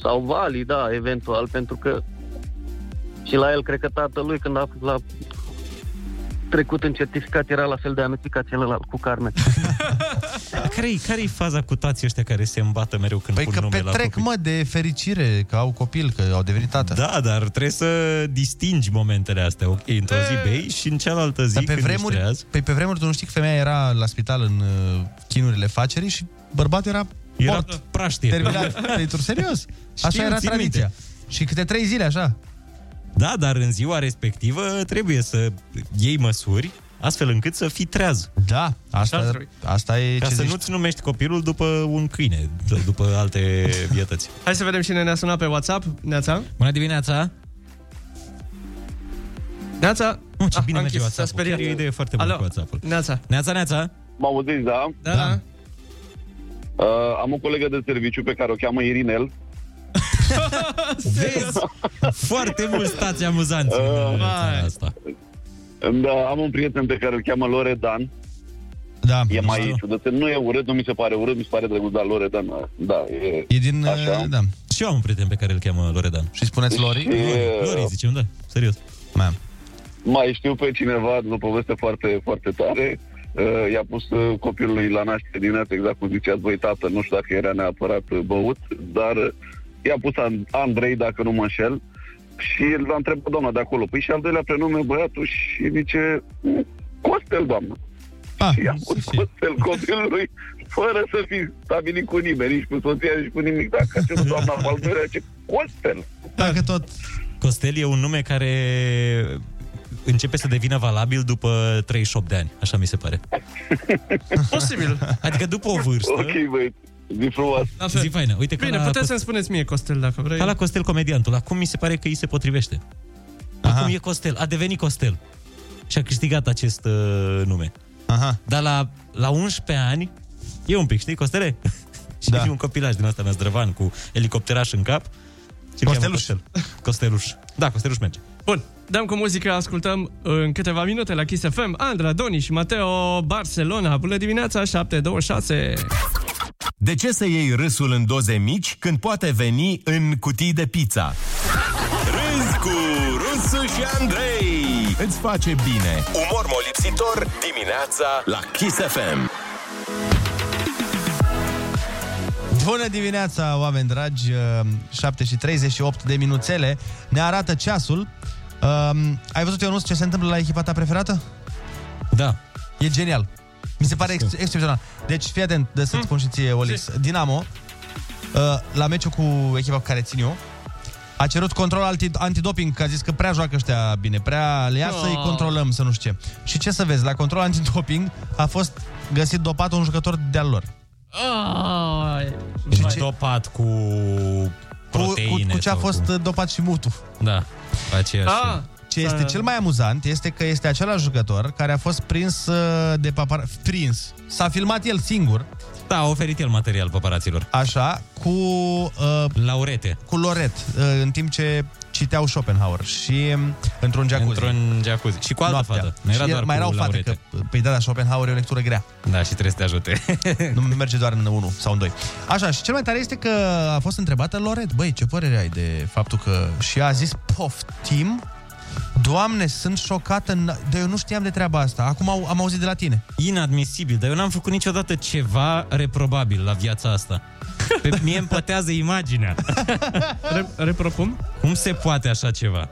[SPEAKER 15] Sau Vali, da, eventual, pentru că și la el, cred că tatălui, când a fost la trecut în certificat, era la fel de amețicat celălalt cu Carmen.
[SPEAKER 9] Care-i, care-i faza cu tații ăștia care se îmbată mereu când Da. păi pun nume la
[SPEAKER 7] Petrec,
[SPEAKER 9] copii?
[SPEAKER 7] mă, de fericire că au copil, că au devenit tată.
[SPEAKER 9] Da, dar trebuie să distingi momentele astea. Ok, într-o zi bei și în cealaltă zi
[SPEAKER 7] Dar pe
[SPEAKER 9] când ești treaz,
[SPEAKER 7] vremuri, păi pe, pe vremuri tu nu știi că femeia era la spital în uh, chinurile facerii și bărbatul era
[SPEAKER 9] Era
[SPEAKER 7] mort.
[SPEAKER 9] praștie.
[SPEAKER 7] Terminat. Pentru serios. Așa
[SPEAKER 9] Știu,
[SPEAKER 7] era
[SPEAKER 9] țin
[SPEAKER 7] tradiția.
[SPEAKER 9] minte.
[SPEAKER 7] Și câte trei zile, așa.
[SPEAKER 9] Da, dar în ziua respectivă trebuie să iei măsuri astfel încât să fii treaz.
[SPEAKER 7] Da, asta, asta e
[SPEAKER 9] Ca
[SPEAKER 7] ce
[SPEAKER 9] să
[SPEAKER 7] zici
[SPEAKER 9] nu-ți numești copilul după un câine, d- după alte vietăți.
[SPEAKER 8] Hai să vedem cine ne-a sunat pe WhatsApp. Neața?
[SPEAKER 9] Bună dimineața!
[SPEAKER 8] Neața?
[SPEAKER 9] Nu, ce
[SPEAKER 8] Ah,
[SPEAKER 9] bine
[SPEAKER 8] a
[SPEAKER 9] merge
[SPEAKER 8] închis, s-a
[SPEAKER 9] WhatsApp-ul.
[SPEAKER 8] speriat.
[SPEAKER 9] Chiar e o idee foarte bună
[SPEAKER 8] Alo.
[SPEAKER 9] cu WhatsApp-ul.
[SPEAKER 8] Neața.
[SPEAKER 9] Neața, neața!
[SPEAKER 16] M-am auzit, da?
[SPEAKER 8] Da, da.
[SPEAKER 16] Uh, am o colegă de serviciu pe care o cheamă Irinel.
[SPEAKER 9] Vezi? Foarte mulți stați amuzanți în, uh, țara asta.
[SPEAKER 16] Da, am un prieten pe care îl cheamă Loredan.
[SPEAKER 7] Da,
[SPEAKER 16] e mai ciudățel. Nu e urât, nu mi se pare urât, mi se pare drăguț, dar Loredan, uh, da, e...
[SPEAKER 7] E din...
[SPEAKER 16] Așa.
[SPEAKER 7] Da.
[SPEAKER 9] Și eu am un prieten pe care îl cheamă Loredan.
[SPEAKER 7] Și spuneți Lori?
[SPEAKER 9] Lori, Lori zicem, da, serios.
[SPEAKER 16] Mai știu pe cineva, o poveste foarte, foarte tare. Uh, i-a pus uh, copilului la naștere dimineața, exact cum ziceați voi, tată, nu știu dacă era neapărat uh, băut, dar uh, i-a pus And- Andrei, dacă nu mă înșel, și l-a întrebat doamna de acolo, păi și al doilea prenume băiatul și zice, "Mm, Costel, doamnă.
[SPEAKER 7] Ah,
[SPEAKER 16] și i-a pus Costel copilului, fără să fi stabilit cu nimeni, nici cu soția, nici cu nimic, dacă a cerut doamna pe al doilea, zice, Costel.
[SPEAKER 7] Dacă tot...
[SPEAKER 9] Costel e un nume care începe să devină valabil după 38 de ani, așa mi se pare.
[SPEAKER 8] Posibil.
[SPEAKER 9] Adică după o vârstă...
[SPEAKER 16] Ok, băi, zi frumos.
[SPEAKER 8] La fel.
[SPEAKER 9] Zi faină. Uite că
[SPEAKER 8] Bine,
[SPEAKER 9] la
[SPEAKER 8] puteți
[SPEAKER 9] Costel-
[SPEAKER 8] să-mi spuneți mie, Costel, dacă vrei.
[SPEAKER 9] Ca la Costel comediantul. Acum mi se pare că îi se potrivește. Acum e Costel. A devenit Costel. Și a câștigat acest uh, nume.
[SPEAKER 7] Aha.
[SPEAKER 9] Dar la, la 11 ani, e un pic, știi, Costele? și da. un copilaj din asta mea zdrăvan cu elicopteraș în cap. Și îl cheamă
[SPEAKER 8] Costeluș.
[SPEAKER 9] Costel. Costeluș. Da, Costeluș merge.
[SPEAKER 8] Bun, dăm cu muzică, ascultăm uh, în câteva minute la Kiss FM Andra, Doni și Mateo Barcelona. Bună dimineața, 726.
[SPEAKER 10] De ce să iei râsul în doze mici când poate veni în cutii de pizza?
[SPEAKER 6] Râzi cu Rusu și Andrei.
[SPEAKER 10] Îți face bine!
[SPEAKER 6] Umor molipsitor dimineața la Kiss FM.
[SPEAKER 7] Bună dimineața, oameni dragi! Uh, 7 și 38 de minuțele ne arată ceasul. Um, ai văzut, Ionuț, ce se întâmplă la echipa ta preferată?
[SPEAKER 9] Da.
[SPEAKER 7] E genial. Mi se pare ex- excepțional. Deci, fii atent, de să-ți spun și ție, Olix. Dinamo, uh, la meciul cu echipa cu care țin eu, a cerut control anti- antidoping, că a zis că prea joacă ăștia bine, prea le ia
[SPEAKER 9] No.
[SPEAKER 7] să-i controlăm, să nu știu ce. Și ce să vezi, la control antidoping a fost găsit dopat un jucător de-al lor.
[SPEAKER 9] Și ce... dopat cu proteine.
[SPEAKER 7] cu, cu ce a
[SPEAKER 9] sau
[SPEAKER 7] fost
[SPEAKER 9] Cu...
[SPEAKER 7] uh, dopat și Mutu.
[SPEAKER 9] Da, cu aceeași.
[SPEAKER 7] Ah, ce
[SPEAKER 8] Da,
[SPEAKER 9] da.
[SPEAKER 7] este cel mai amuzant este că este același jucător care a fost prins uh, de papar... Prins. S-a filmat el singur,
[SPEAKER 9] Da, a oferit el material paparaților.
[SPEAKER 7] așa, cu... Uh,
[SPEAKER 9] Laurete.
[SPEAKER 7] Cu Loret, uh, în timp ce citeau Schopenhauer și um, într-un jacuzzi.
[SPEAKER 9] Într-un jacuzzi. Și cu altă fată. Nu era
[SPEAKER 7] și
[SPEAKER 9] doar
[SPEAKER 7] mai
[SPEAKER 9] cu
[SPEAKER 7] erau fate,
[SPEAKER 9] Laurete.
[SPEAKER 7] că, păi da, da, Schopenhauer e o lectură grea.
[SPEAKER 9] Da, și trebuie să te ajute.
[SPEAKER 7] nu merge doar în unul sau în doi. Așa, și cel mai tare este că a fost întrebată Loret, băi, ce părere ai de faptul că... Și a zis, poftim, Doamne, sunt șocată, n- dar eu nu știam de treaba asta. Acum au, am auzit de la tine.
[SPEAKER 9] Inadmisibil, dar eu n-am făcut niciodată ceva reprobabil la viața asta. Pe mie îmi pătează imaginea.
[SPEAKER 8] Re- repropun?
[SPEAKER 9] Cum se poate așa ceva?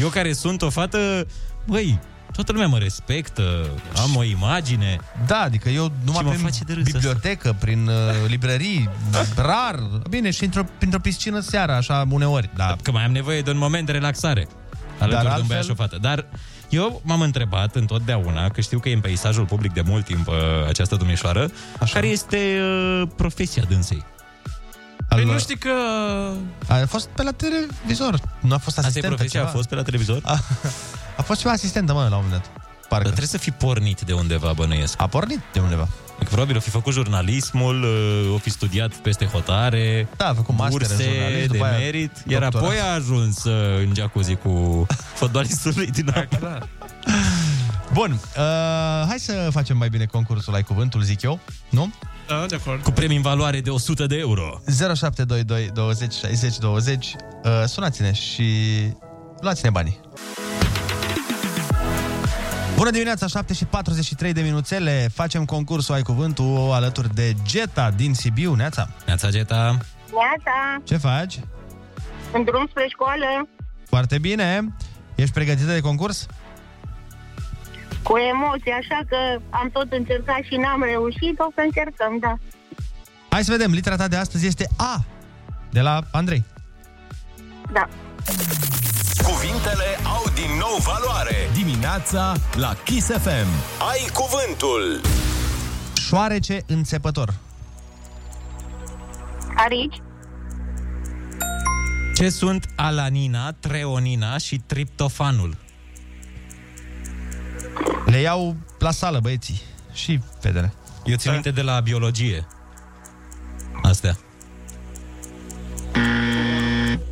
[SPEAKER 9] Eu care sunt o fată, băi, toată lumea mă respectă, am o imagine.
[SPEAKER 7] Da, adică eu numai
[SPEAKER 9] mă
[SPEAKER 7] prin
[SPEAKER 9] face de râs
[SPEAKER 7] bibliotecă, prin uh, librării, rar, bine, și într-o, printr-o piscină seara, așa, uneori. Da.
[SPEAKER 9] Că mai am nevoie de un moment de relaxare alături
[SPEAKER 7] Dar
[SPEAKER 9] de un
[SPEAKER 7] altfel-
[SPEAKER 9] băiat și o fată. Dar eu m-am întrebat întotdeauna, că știu că e în peisajul public de mult timp uh, această domnișoară, Așa. care este uh, profesia dânsei.
[SPEAKER 8] Păi nu știi că...
[SPEAKER 7] A fost pe la televizor, nu a fost
[SPEAKER 9] e
[SPEAKER 7] asistentă
[SPEAKER 9] profesia,
[SPEAKER 7] ceva. Ah,
[SPEAKER 9] a fost pe la televizor?
[SPEAKER 7] A, a fost ceva asistentă, mă, la un moment dat.
[SPEAKER 9] Parcă. Dar trebuie să fi pornit de undeva, bănuiesc.
[SPEAKER 7] A pornit de undeva.
[SPEAKER 9] Adică probabil o fi făcut jurnalismul, uh, o fi studiat peste hotare,
[SPEAKER 7] da, a făcut master
[SPEAKER 9] burse
[SPEAKER 7] în jurnalism,
[SPEAKER 9] de
[SPEAKER 7] după aia
[SPEAKER 9] merit, iar
[SPEAKER 7] doctorat.
[SPEAKER 9] apoi a ajuns uh, în jacuzzi cu fotbalistului din Acra.
[SPEAKER 7] Bun, uh, hai să facem mai bine concursul Ai Cuvântul, zic eu, nu?
[SPEAKER 8] Da, de acord.
[SPEAKER 9] Cu premii în valoare de 100 de euro.
[SPEAKER 7] 0722 20 60 20 uh, Sunați-ne și luați-ne banii Bună dimineața, 7 și 43 de minuțele Facem concursul Ai Cuvântul alături de Geta din Sibiu Neața
[SPEAKER 9] Neața Geta
[SPEAKER 17] Neața,
[SPEAKER 7] Ce faci?
[SPEAKER 17] în drum spre școală,
[SPEAKER 7] Foarte bine Ești pregătită de concurs?
[SPEAKER 17] cu emoții, așa că am tot încercat și n-am reușit, o să încercăm, da.
[SPEAKER 7] Hai să vedem, litera ta de astăzi este A De la Andrei
[SPEAKER 17] Da.
[SPEAKER 6] Cuvintele au din nou valoare.
[SPEAKER 10] Dimineața la Kiss FM.
[SPEAKER 6] Ai cuvântul.
[SPEAKER 7] Șoarece înțepător
[SPEAKER 17] Arici,
[SPEAKER 9] Ce sunt alanina, treonina și triptofanul?
[SPEAKER 7] Le iau la sală băieții și fetele
[SPEAKER 9] Eu țin minte de la biologie. Astea.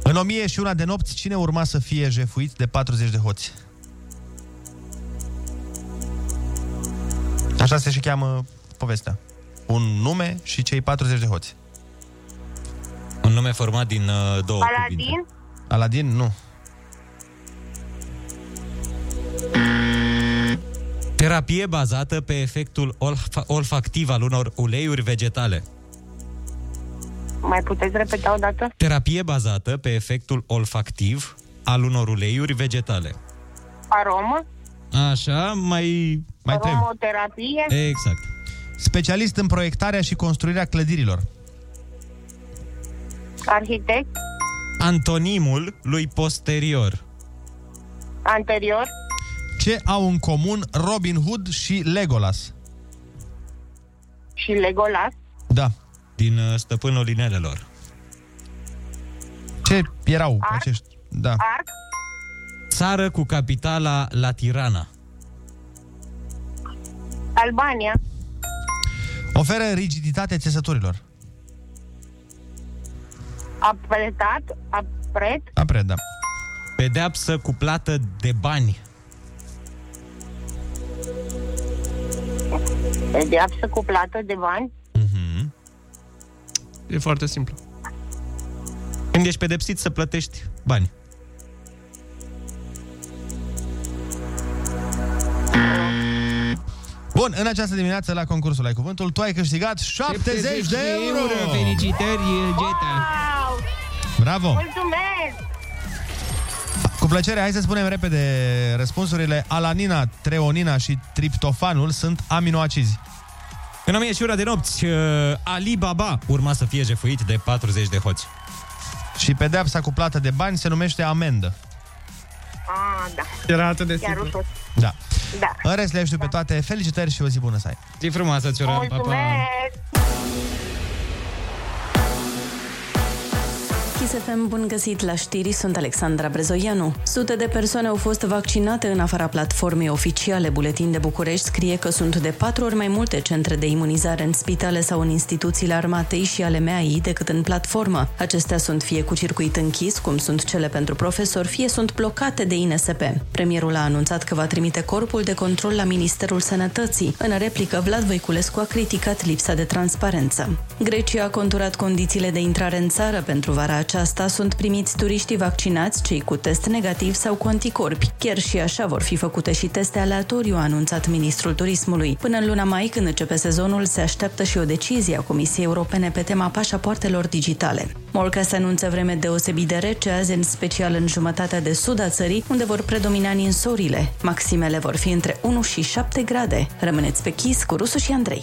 [SPEAKER 7] În o mie și una de nopți, cine urma să fie jefuit de 40 de hoți? Așa se și cheamă povestea. Un nume și cei 40 de hoți.
[SPEAKER 9] Un nume format din uh, două cuvinte.
[SPEAKER 17] Paladin,
[SPEAKER 7] Aladin? Nu.
[SPEAKER 9] Terapie bazată pe efectul olfa- olfactiv al unor uleiuri vegetale.
[SPEAKER 17] mai puteți repeta o dată?
[SPEAKER 9] Terapie bazată pe efectul olfactiv al unor uleiuri vegetale.
[SPEAKER 17] Aromă,
[SPEAKER 9] Așa, mai...
[SPEAKER 7] Mai trebuie.
[SPEAKER 17] aromoterapie,
[SPEAKER 9] Exact.
[SPEAKER 7] Specialist în proiectarea și construirea clădirilor.
[SPEAKER 17] arhitect,
[SPEAKER 9] Antonimul lui posterior.
[SPEAKER 17] anterior,
[SPEAKER 7] Ce au în comun Robin Hood și Legolas?
[SPEAKER 17] și Legolas,
[SPEAKER 7] Da.
[SPEAKER 9] Din uh, stăpânul inelelor.
[SPEAKER 7] Ce erau Arc? acești? Da.
[SPEAKER 17] Arc,
[SPEAKER 9] Țară cu capitala la Tirana.
[SPEAKER 17] Albania,
[SPEAKER 7] Oferă rigiditate țesăturilor.
[SPEAKER 17] apretat, apret,
[SPEAKER 7] Apre, da.
[SPEAKER 9] Pedeapsă cu plată de bani.
[SPEAKER 17] deapsă cu plată de bani,
[SPEAKER 7] Mhm.
[SPEAKER 8] E foarte simplu.
[SPEAKER 9] Când ești pedepsit să plătești bani.
[SPEAKER 7] Bun, în această dimineață la concursul Ai Cuvântul, tu ai câștigat 70 de euro!
[SPEAKER 18] Felicitări, Geta!
[SPEAKER 17] wow,
[SPEAKER 7] Bravo!
[SPEAKER 17] mulțumesc,
[SPEAKER 7] Cu plăcere, hai să spunem repede răspunsurile. Alanina, treonina și triptofanul sunt aminoacizi.
[SPEAKER 9] În 1000 și una de nopți, uh, Ali Baba urma să fie jefuit de 40 de hoți.
[SPEAKER 7] Și pedeapsa cu plată de bani se numește amendă.
[SPEAKER 17] a, da,
[SPEAKER 8] Era atât de
[SPEAKER 17] chiar ușor,
[SPEAKER 7] Da.
[SPEAKER 17] da.
[SPEAKER 7] În rest, le știu pe toate. Felicitări și o zi bună să ai.
[SPEAKER 9] Zi frumoasă, Țuran, pa, pa.
[SPEAKER 17] Mulțumesc!
[SPEAKER 11] Kiss FM, bun găsit la știri, sunt Alexandra Brezoianu. Sute de persoane au fost vaccinate în afara platformei oficiale. Buletin de București scrie că sunt de patru ori mai multe centre de imunizare în spitale sau în instituțiile armatei și ale MAI decât în platformă. Acestea sunt fie cu circuit închis, cum sunt cele pentru profesori, fie sunt blocate de INSP. Premierul a anunțat că va trimite corpul de control la Ministerul Sănătății. În replică, Vlad Voiculescu a criticat lipsa de transparență. Grecia a conturat condițiile de intrare în țară pentru vara aceasta. Sunt primiți turiștii vaccinați, cei cu test negativ sau cu anticorpi. Chiar și așa vor fi făcute și teste aleatoriu, a anunțat ministrul turismului. Până în luna mai, când începe sezonul, se așteaptă și o decizie a Comisiei Europene pe tema pașapoartelor digitale. Morca se anunță vreme deosebit de rece azi, în special în jumătatea de sud a țării, unde vor predomina ninsorile. Maximele vor fi între 1 și 7 grade. Rămâneți pe chis cu Rusu și Andrei.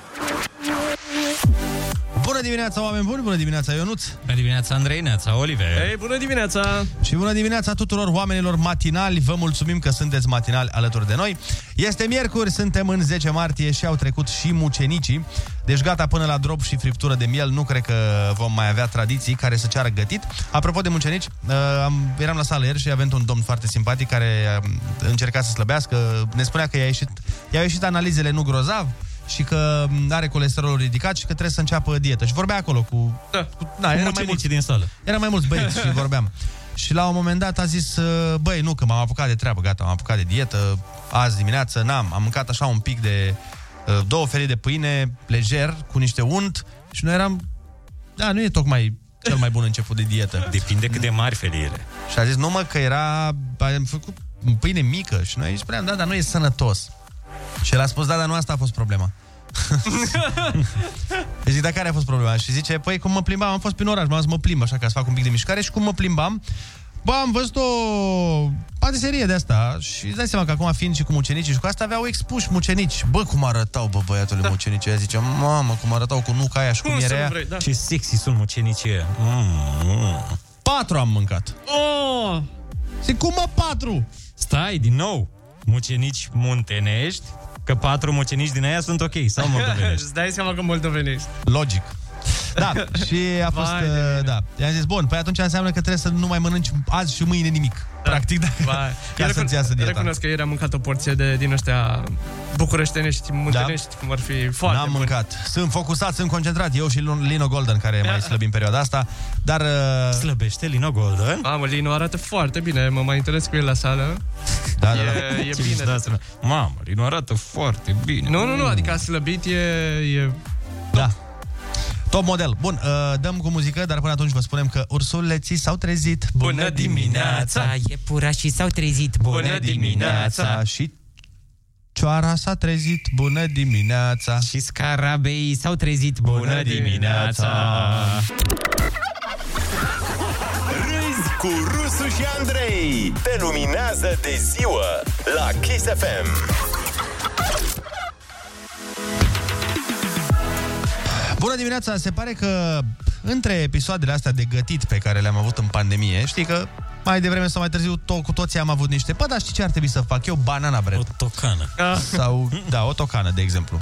[SPEAKER 7] Bună dimineața, oameni buni! Bună dimineața, Ionuț!
[SPEAKER 9] Bună dimineața, Andrei, neața, Oliver!
[SPEAKER 8] Ei, bună dimineața!
[SPEAKER 7] Și bună dimineața tuturor oamenilor matinali! Vă mulțumim că sunteți matinali alături de noi! Este miercuri, suntem în 10 martie și au trecut și mucenicii. Deci gata până la drop și friptură de miel, nu cred că vom mai avea tradiții care să ceară gătit. Apropo de mucenici, uh, am, eram la sală ieri și avem un domn foarte simpatic care um, încerca să slăbească. Ne spunea că i-a ieșit, i-au ieșit analizele nu grozav, și că um, are colesterolul ridicat și că trebuie să înceapă dieta. Și vorbea acolo cu...
[SPEAKER 8] Da,
[SPEAKER 7] cu da era mai mulți
[SPEAKER 9] din sală.
[SPEAKER 7] Era mai mulți băieți și vorbeam. Și la un moment dat a zis, băi, nu, că m-am apucat de treabă, gata, m-am apucat de dietă, azi dimineață n-am, am mâncat așa un pic de uh, două felii de pâine, lejer, cu niște unt și noi eram, da, nu e tocmai cel mai bun început de dietă.
[SPEAKER 9] Depinde cât de mari feliile.
[SPEAKER 7] Și a zis, nu mă, că era, am făcut pâine mică și noi spuneam, da, dar nu e sănătos. Și el a spus, da, dar nu asta a fost problema. Deci zic, dar care a fost problema? Și zice, păi cum mă plimbam, am fost prin oraș, m-am zis, mă plimb așa ca să fac un pic de mișcare și cum mă plimbam, Bă, am văzut o patiserie de asta și îți dai seama că acum fiind și cu mucenicii și cu asta aveau expuși mucenici. Bă, cum arătau, bă, băiatule da. mucenicii ăia. Zice, mamă, cum arătau cu nuca aia și cum, cum era
[SPEAKER 9] vrei, da. Ce sexy sunt mucenicii ăia. Mm, mm.
[SPEAKER 7] Patru am mâncat.
[SPEAKER 8] Oh!
[SPEAKER 7] Zic, cum mă, patru?
[SPEAKER 9] Stai, din nou. Mucenici muntenești, că patru mocenici din aia sunt ok, sau moldovenești.
[SPEAKER 8] Îți dai seama că moldovenești.
[SPEAKER 7] Logic. Da, și a fost, Vai uh, da. I-am zis, bun, păi atunci înseamnă că trebuie să nu mai mănânci azi și mâine nimic. Da. Practic, dacă Vai. ca
[SPEAKER 8] Eu
[SPEAKER 7] să-ți iasă dieta.
[SPEAKER 8] Recunosc că ieri am mâncat o porție de din ăștia bucureștenești, muntenești, da? cum ar fi foarte
[SPEAKER 7] N-am mâncat. Sunt focusat, sunt concentrat. Eu și Lino Golden, care mai slăbim perioada asta, dar... Uh...
[SPEAKER 9] Slăbește Lino Golden?
[SPEAKER 8] Mamă, Lino arată foarte bine, mă mai întâlnesc cu el la sală.
[SPEAKER 7] Da, da, da.
[SPEAKER 8] E, e bine. Da,
[SPEAKER 9] Mamă, Lino arată foarte bine.
[SPEAKER 8] Nu, nu, nu, adică a slăbit e... e...
[SPEAKER 7] Da, Top model. Bun, uh, dăm cu muzică, dar până atunci vă spunem că ursuleții s-au trezit.
[SPEAKER 9] Bună dimineața!
[SPEAKER 18] Iepurașii s-au trezit. Bună dimineața!
[SPEAKER 7] Și cioara s-a trezit. Bună dimineața!
[SPEAKER 18] Și scarabeii s-au trezit. Bună dimineața!
[SPEAKER 6] Râzi cu Rusu și Andrei. Te luminează de ziua la Kiss FM.
[SPEAKER 7] Bună dimineața! Se pare că între episoadele astea de gătit pe care le-am avut în pandemie, știi că mai devreme sau mai târziu to- cu toții am avut niște Bă, dar știi ce ar trebui să fac eu? Banana bread.
[SPEAKER 9] O tocană.
[SPEAKER 7] Sau, da, o tocană, de exemplu.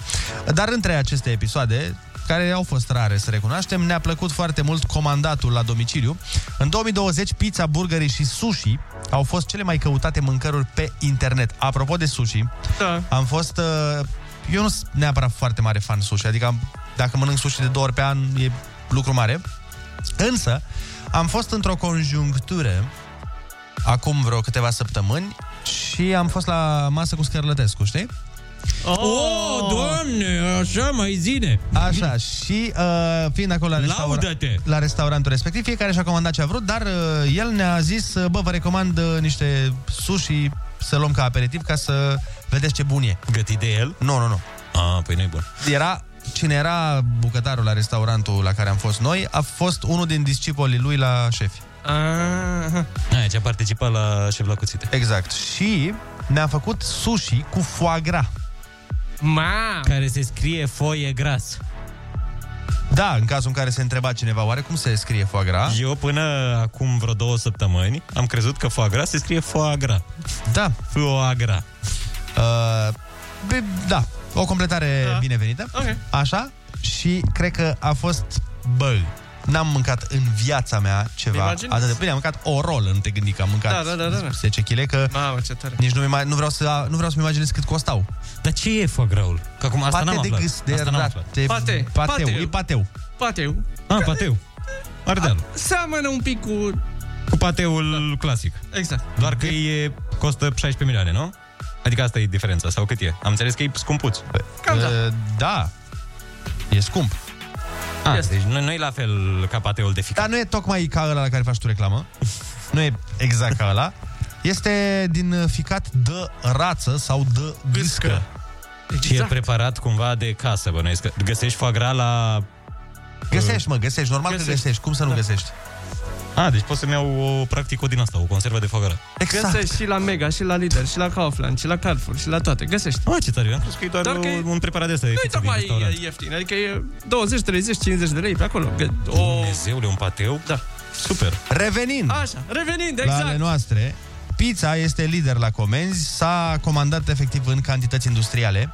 [SPEAKER 7] Dar între aceste episoade, care au fost rare, să recunoaștem, ne-a plăcut foarte mult comandatul la domiciliu. În 2020, pizza, burgeri și sushi au fost cele mai căutate mâncăruri pe internet. Apropo de sushi, da. am fost... uh, Eu nu sunt neapărat foarte mare fan sushi, adică am dacă mănânc sushi de două ori pe an, e lucru mare. Însă, am fost într-o conjunctură acum vreo câteva săptămâni și am fost la masă cu Scarlătescu, știi?
[SPEAKER 9] Oh, oh, doamne, așa mai zine
[SPEAKER 7] Așa, și uh, fiind acolo la, restaura-
[SPEAKER 9] Laudă-te.
[SPEAKER 7] la restaurantul respectiv Fiecare și-a comandat ce a vrut Dar uh, el ne-a zis uh, Bă, vă recomand uh, niște sushi Să luăm ca aperitiv ca să vedeți ce bun e
[SPEAKER 9] Gătit de el?
[SPEAKER 7] Nu, nu, nu
[SPEAKER 9] Ah, păi nu bun
[SPEAKER 7] Era cine era bucătarul la restaurantul la care am fost noi a fost unul din discipolii lui la șefi.
[SPEAKER 8] Ah.
[SPEAKER 9] Aha. Aici a participat la șef la cuțite.
[SPEAKER 7] Exact. Și ne-a făcut sushi cu foie gras.
[SPEAKER 9] Ma! Care se scrie foie gras.
[SPEAKER 7] Da, în cazul în care se întreba cineva oare cum se scrie foie gras.
[SPEAKER 9] Eu până acum vreo două săptămâni am crezut că foie gras se scrie foie gras.
[SPEAKER 7] Da.
[SPEAKER 9] Foie gras.
[SPEAKER 7] Uh, be, da, o completare da. binevenită.
[SPEAKER 8] Okay.
[SPEAKER 7] Așa? Și cred că a fost bă. N-am mâncat în viața mea ceva atât de bine. Am mâncat o rolă, nu te gândi că am mâncat
[SPEAKER 8] da, da, da, da.
[SPEAKER 7] 10 chile, că
[SPEAKER 8] Mamă, ce tare.
[SPEAKER 7] nici nu, mai, nu, vreau să, nu vreau să-mi imaginez cât costau.
[SPEAKER 9] Dar ce e făgraul? Că acum asta
[SPEAKER 7] pate
[SPEAKER 9] n-am
[SPEAKER 7] de
[SPEAKER 9] aflat.
[SPEAKER 7] gâs de
[SPEAKER 9] asta n-am aflat.
[SPEAKER 7] rate.
[SPEAKER 8] Pate,
[SPEAKER 7] Pateu,
[SPEAKER 8] pateu.
[SPEAKER 7] e pateu.
[SPEAKER 8] Pateu.
[SPEAKER 9] Ah, pateu. Ardealul.
[SPEAKER 8] Seamănă un pic cu...
[SPEAKER 9] Cu pateul clasic.
[SPEAKER 8] Exact.
[SPEAKER 9] Doar că e, costă 16 milioane, nu? Adică asta e diferența, sau cât e? Am înțeles că e scumpuț.
[SPEAKER 8] Cam da.
[SPEAKER 7] Uh, Da. E scump.
[SPEAKER 9] Ah, yes. Deci nu, nu e la fel ca pateul de ficat.
[SPEAKER 7] Dar nu e tocmai ca ăla la care faci tu reclamă. nu e exact ca ăla. Este din uh, ficat de rață sau de gâscă.
[SPEAKER 8] Deci,
[SPEAKER 9] Și
[SPEAKER 8] da.
[SPEAKER 9] e preparat cumva de casă, bănuiesc. că Găsești foie gras la... uh,
[SPEAKER 7] Găsești, mă, găsești. Normal găsești. că găsești. Cum să nu da. găsești?
[SPEAKER 9] A, deci poți să-mi iau o, practic o din asta, o conservă de foie gras.
[SPEAKER 8] Exact. Găsești și la Mega, și la Lidl, și la Kaufland, și la Carrefour, și la toate. Găsești.
[SPEAKER 9] A, ce tare, eu am crezut că e doar,
[SPEAKER 8] Doar că e-
[SPEAKER 9] doar un preparat de ăsta.
[SPEAKER 8] Nu e
[SPEAKER 9] efectiv, din
[SPEAKER 8] tocmai
[SPEAKER 9] restaurant.
[SPEAKER 8] e- ieftin, adică e 20, 30, 50 de lei pe acolo. Că- O...
[SPEAKER 9] Dumnezeule, un pateu?
[SPEAKER 8] Da.
[SPEAKER 9] Super.
[SPEAKER 7] Revenind.
[SPEAKER 8] Așa, revenind,
[SPEAKER 7] La ale
[SPEAKER 8] exact.
[SPEAKER 7] noastre, pizza este lider la comenzi, s-a comandat efectiv în cantități industriale,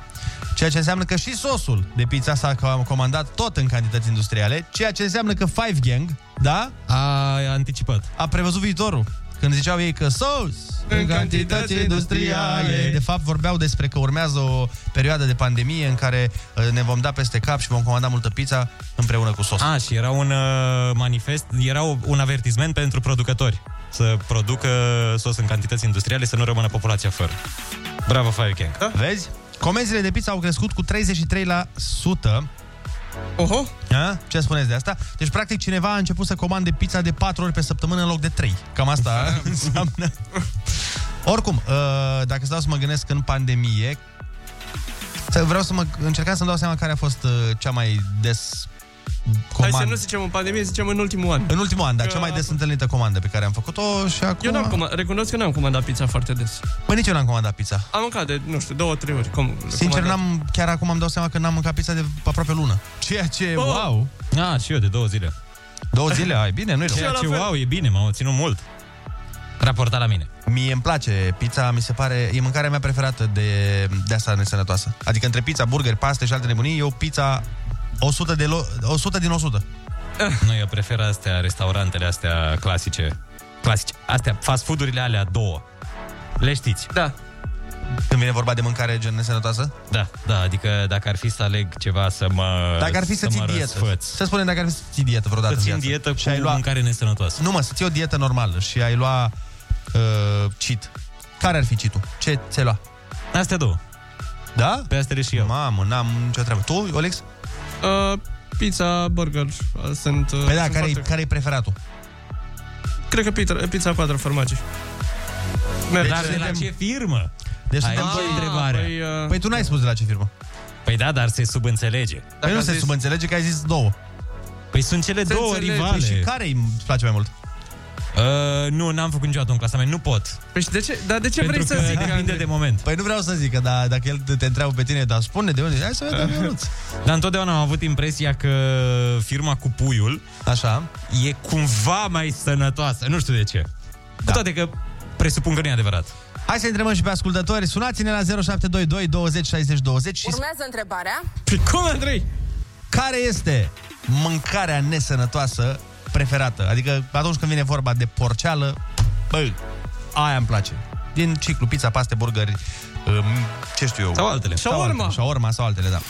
[SPEAKER 7] ceea ce înseamnă că și sosul de pizza s-a com- comandat tot în cantități industriale, ceea ce înseamnă că Five Gang, da?
[SPEAKER 9] A anticipat.
[SPEAKER 7] A prevăzut viitorul. Când ziceau ei că sos
[SPEAKER 8] În cantități industriale.
[SPEAKER 7] De fapt, vorbeau despre că urmează o perioadă de pandemie în care uh, ne vom da peste cap și vom comanda multă pizza împreună cu sos.
[SPEAKER 9] A, și era un uh, manifest, era o- un avertisment pentru producători. Să producă sos în cantități industriale, să nu rămână populația fără. Bravo, Fire Gang.
[SPEAKER 7] Da? Vezi? Comenzile de pizza au crescut cu 33%.
[SPEAKER 8] Oho!
[SPEAKER 7] A? Ce spuneți de asta? Deci, practic, cineva a început să comande pizza de 4 ori pe săptămână în loc de 3. Cam asta înseamnă. Oricum, ă, dacă stau să mă gândesc în pandemie, să- vreau să mă încercam să-mi dau seama care a fost ă, cea mai des
[SPEAKER 8] Hai
[SPEAKER 7] comandă.
[SPEAKER 8] să nu zicem în pandemie, zicem în ultimul an.
[SPEAKER 7] În ultimul an, da,
[SPEAKER 8] Că
[SPEAKER 7] cea mai
[SPEAKER 8] a
[SPEAKER 7] des întâlnită comandă pe care am făcut-o și acum...
[SPEAKER 8] Eu n-am comandat, recunosc că n-am comandat pizza foarte des.
[SPEAKER 7] Bă, nici eu n-am comandat pizza.
[SPEAKER 8] Am mâncat de, nu știu, două, trei ori. Com-
[SPEAKER 7] Sincer,
[SPEAKER 8] comandat.
[SPEAKER 7] n-am, chiar acum îmi dau seama că n-am mâncat pizza de aproape o lună. Ceea ce,
[SPEAKER 8] Oh.
[SPEAKER 7] wow!
[SPEAKER 9] A, și eu de două zile.
[SPEAKER 7] Două zile, ai bine, nu-i rău.
[SPEAKER 9] Ceea ce, wow, e bine, m-au ținut mult. Raportat la mine.
[SPEAKER 7] Mie îmi place pizza, mi se pare, e mâncarea mea preferată de, de asta nesănătoasă. Adică între pizza, burgeri, paste și alte nebunii, eu pizza 100, de lo- 100 din 100.
[SPEAKER 9] Nu, eu prefer astea, restaurantele astea clasice. Clasice. Astea, fast food-urile alea două. Le știți.
[SPEAKER 8] Da.
[SPEAKER 7] Când vine vorba de mâncare gen nesănătoasă?
[SPEAKER 9] Da, da, adică dacă ar fi să aleg ceva să mă
[SPEAKER 7] Dacă ar fi să ții
[SPEAKER 9] mă
[SPEAKER 7] dietă,
[SPEAKER 9] răsfăț.
[SPEAKER 7] să spunem dacă ar fi să ții dietă vreodată
[SPEAKER 9] Să țin
[SPEAKER 7] în viață.
[SPEAKER 9] dietă
[SPEAKER 7] și
[SPEAKER 9] cu
[SPEAKER 7] ai lua,
[SPEAKER 9] mâncare nesănătoasă.
[SPEAKER 7] Nu mă, să ții o dietă normală și ai lua uh, cheat. Care ar fi cheat Ce ți-ai lua?
[SPEAKER 9] Astea două.
[SPEAKER 7] Da?
[SPEAKER 9] Pe astea le și eu.
[SPEAKER 7] Mamă, n-am nicio treabă. Tu, Olex?
[SPEAKER 8] Uh, pizza, burger, uh, sunt... Uh,
[SPEAKER 7] Păi da,
[SPEAKER 8] sunt
[SPEAKER 7] care-i,
[SPEAKER 8] foarte-
[SPEAKER 7] care-i preferatul?
[SPEAKER 8] Cred că pizza, pizza patru formaci. Merge.
[SPEAKER 9] Dar de la ce firmă?
[SPEAKER 7] Deci
[SPEAKER 9] Aici
[SPEAKER 7] suntem
[SPEAKER 9] e
[SPEAKER 7] doi-
[SPEAKER 9] întrebarea.
[SPEAKER 7] Păi, uh... păi tu n-ai spus de la ce firmă.
[SPEAKER 9] Păi da, dar se subînțelege.
[SPEAKER 7] Păi nu se subînțelege că ai zis două.
[SPEAKER 9] Păi sunt cele
[SPEAKER 7] Se
[SPEAKER 9] două
[SPEAKER 7] înțelege.
[SPEAKER 9] rivale.
[SPEAKER 7] Și care îmi place mai mult?
[SPEAKER 9] Uh, nu, n-am făcut niciodată un clasament, nu pot.
[SPEAKER 8] Păi și de ce, dar de ce
[SPEAKER 9] Pentru
[SPEAKER 8] vrei să
[SPEAKER 9] că
[SPEAKER 8] zic,
[SPEAKER 9] depinde
[SPEAKER 8] Andrei?
[SPEAKER 9] de moment.
[SPEAKER 7] Păi nu vreau să zic, că da, dacă el te întreabă pe tine, dar spune de unde, hai să vedem, Ionuț.
[SPEAKER 9] Dar întotdeauna am avut impresia că firma cu puiul
[SPEAKER 7] Așa.
[SPEAKER 9] e cumva mai sănătoasă. Nu știu de ce. Da. Cu toate că presupun că nu e adevărat.
[SPEAKER 7] Hai să întrebăm și pe ascultători. Sunați-ne la 0722 20 60 20 și
[SPEAKER 17] Urmează întrebarea.
[SPEAKER 8] Păi
[SPEAKER 7] sp- Cum, Andrei? Care este mâncarea nesănătoasă preferată? Adică atunci când vine vorba de porceală, bă, aia îmi place. Din ciclu, pizza, paste, burgeri, um, ce știu eu.
[SPEAKER 9] Sau altele.
[SPEAKER 7] Sau altele. Shawarma sau altele, da.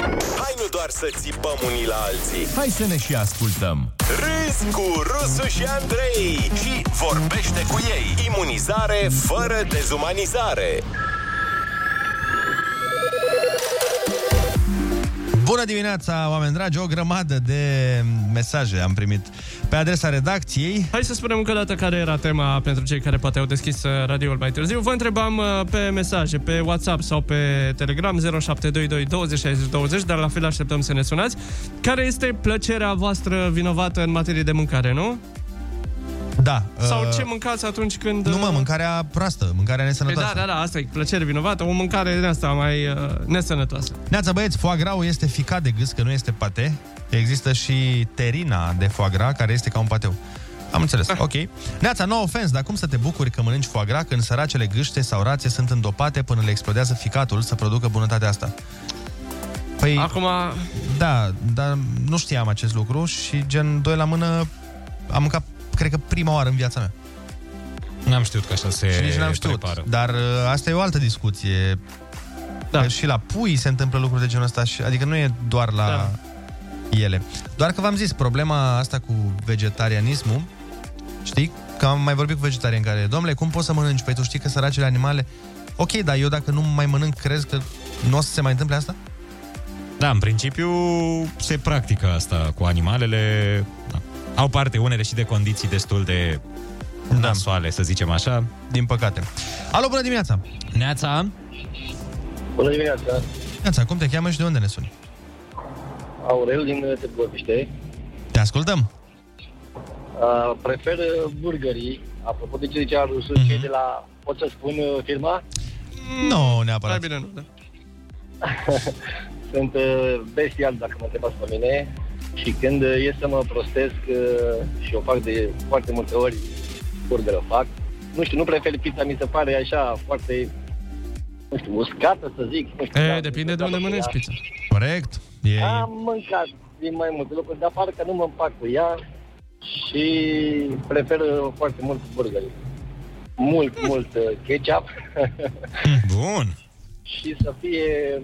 [SPEAKER 6] Hai nu doar să țipăm unii la alții
[SPEAKER 19] Hai să ne și ascultăm.
[SPEAKER 6] Râzi cu Rusu și Andrei Și vorbește cu ei Imunizare fără dezumanizare
[SPEAKER 7] Bună dimineața, oameni dragi! O grămadă de mesaje am primit pe adresa redacției.
[SPEAKER 8] Hai să spunem încă o dată care era tema pentru cei care poate au deschis uh, radioul mai târziu. Vă întrebam uh, pe mesaje, pe WhatsApp sau pe Telegram 0722 20 60 20, dar la fel așteptăm să ne sunați. Care este plăcerea voastră vinovată în materie de mâncare, nu?
[SPEAKER 7] Da.
[SPEAKER 8] Sau
[SPEAKER 7] uh,
[SPEAKER 8] ce mâncați atunci când... uh,
[SPEAKER 7] Nu mă, mâncarea proastă, mâncarea
[SPEAKER 8] Păi
[SPEAKER 7] nesănătoasă.
[SPEAKER 8] da, da, da, asta e plăcere vinovată, o mâncare din asta mai uh, nesănătoasă.
[SPEAKER 7] Neața băieți, foie grau este ficat de gâscă, nu este pate. Există și terina de foie gras, care este ca un pateu. Am înțeles, ok. Neața, no ofens, dar cum să te bucuri că mănânci foie gras când săracele gâște sau rațe sunt îndopate până le explodează ficatul să producă bunătatea asta? Păi,
[SPEAKER 8] Acum...
[SPEAKER 7] Da, dar nu știam acest lucru și gen doi la mână am mâncat, cred că prima oară în viața mea.
[SPEAKER 9] N-am știut că așa se
[SPEAKER 7] Și nici n-am știut.
[SPEAKER 9] prepară.
[SPEAKER 7] Dar uh, asta e o altă discuție. Da. Că și la pui se întâmplă lucruri de genul ăsta, și, adică nu e doar la da. ele. Doar că v-am zis, problema asta cu vegetarianismul, știi, că am mai vorbit cu vegetarian care, domnule, cum poți să mănânci? Păi tu știi că săracele animale... Ok, dar eu dacă nu mai mănânc, crezi că nu o să se mai întâmple asta?
[SPEAKER 9] Da, în principiu se practică asta cu animalele. Da. Au parte unele și de condiții destul de da. nasoale, să zicem așa.
[SPEAKER 7] Din păcate. Alo, bună dimineața!
[SPEAKER 9] Neața,
[SPEAKER 20] Bună dimineața!
[SPEAKER 7] Neața, cum te cheamă și de unde ne suni?
[SPEAKER 20] Aurel din Târgoviște.
[SPEAKER 7] Te ascultăm.
[SPEAKER 20] Uh, prefer uh, burgerii. Apropo de ce zicea rusul, mm-hmm. cei de la... Pot să spun uh, firma?
[SPEAKER 7] Nu, no, neapărat.
[SPEAKER 8] Mai bine nu, da.
[SPEAKER 20] Sunt uh, bestial, dacă mă întrebați pe mine. Și când uh, e să mă prostesc uh, și o fac de foarte multe ori, burgeră fac. Nu știu, nu prefer pizza, mi se pare așa foarte, nu știu, uscată să zic. Nu știu, da.
[SPEAKER 8] E, depinde de unde mănânci pizza.
[SPEAKER 7] Da, Corect. E...
[SPEAKER 20] Am mâncat din mai multe locuri, dar parcă nu mă împac cu ea și prefer uh, foarte mult burgeri. Mult, mult uh, ketchup.
[SPEAKER 7] Bun.
[SPEAKER 20] și să fie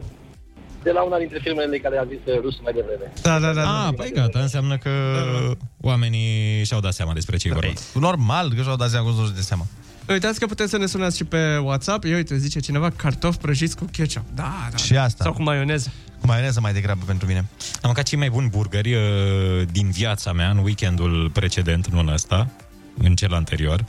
[SPEAKER 20] de la una dintre filmele care a zis uh, rusul mai devreme.
[SPEAKER 1] Da, da, da. Ah, păi gata, înseamnă că
[SPEAKER 7] Da,
[SPEAKER 1] oamenii și-au dat seama despre ce e vorba.
[SPEAKER 7] păi, Normal că și-au dat seama, cum să de seama.
[SPEAKER 8] Uitați că puteți să ne sunați și pe WhatsApp. Eu uite, zice cineva cartofi prăjiți cu ketchup. Da, da.
[SPEAKER 7] Și asta.
[SPEAKER 8] Sau cu maioneză.
[SPEAKER 7] Cu maioneză mai degrabă pentru mine.
[SPEAKER 9] Am mâncat cei mai buni burgeri uh, din viața mea în weekendul precedent, nu în ăsta, în cel anterior,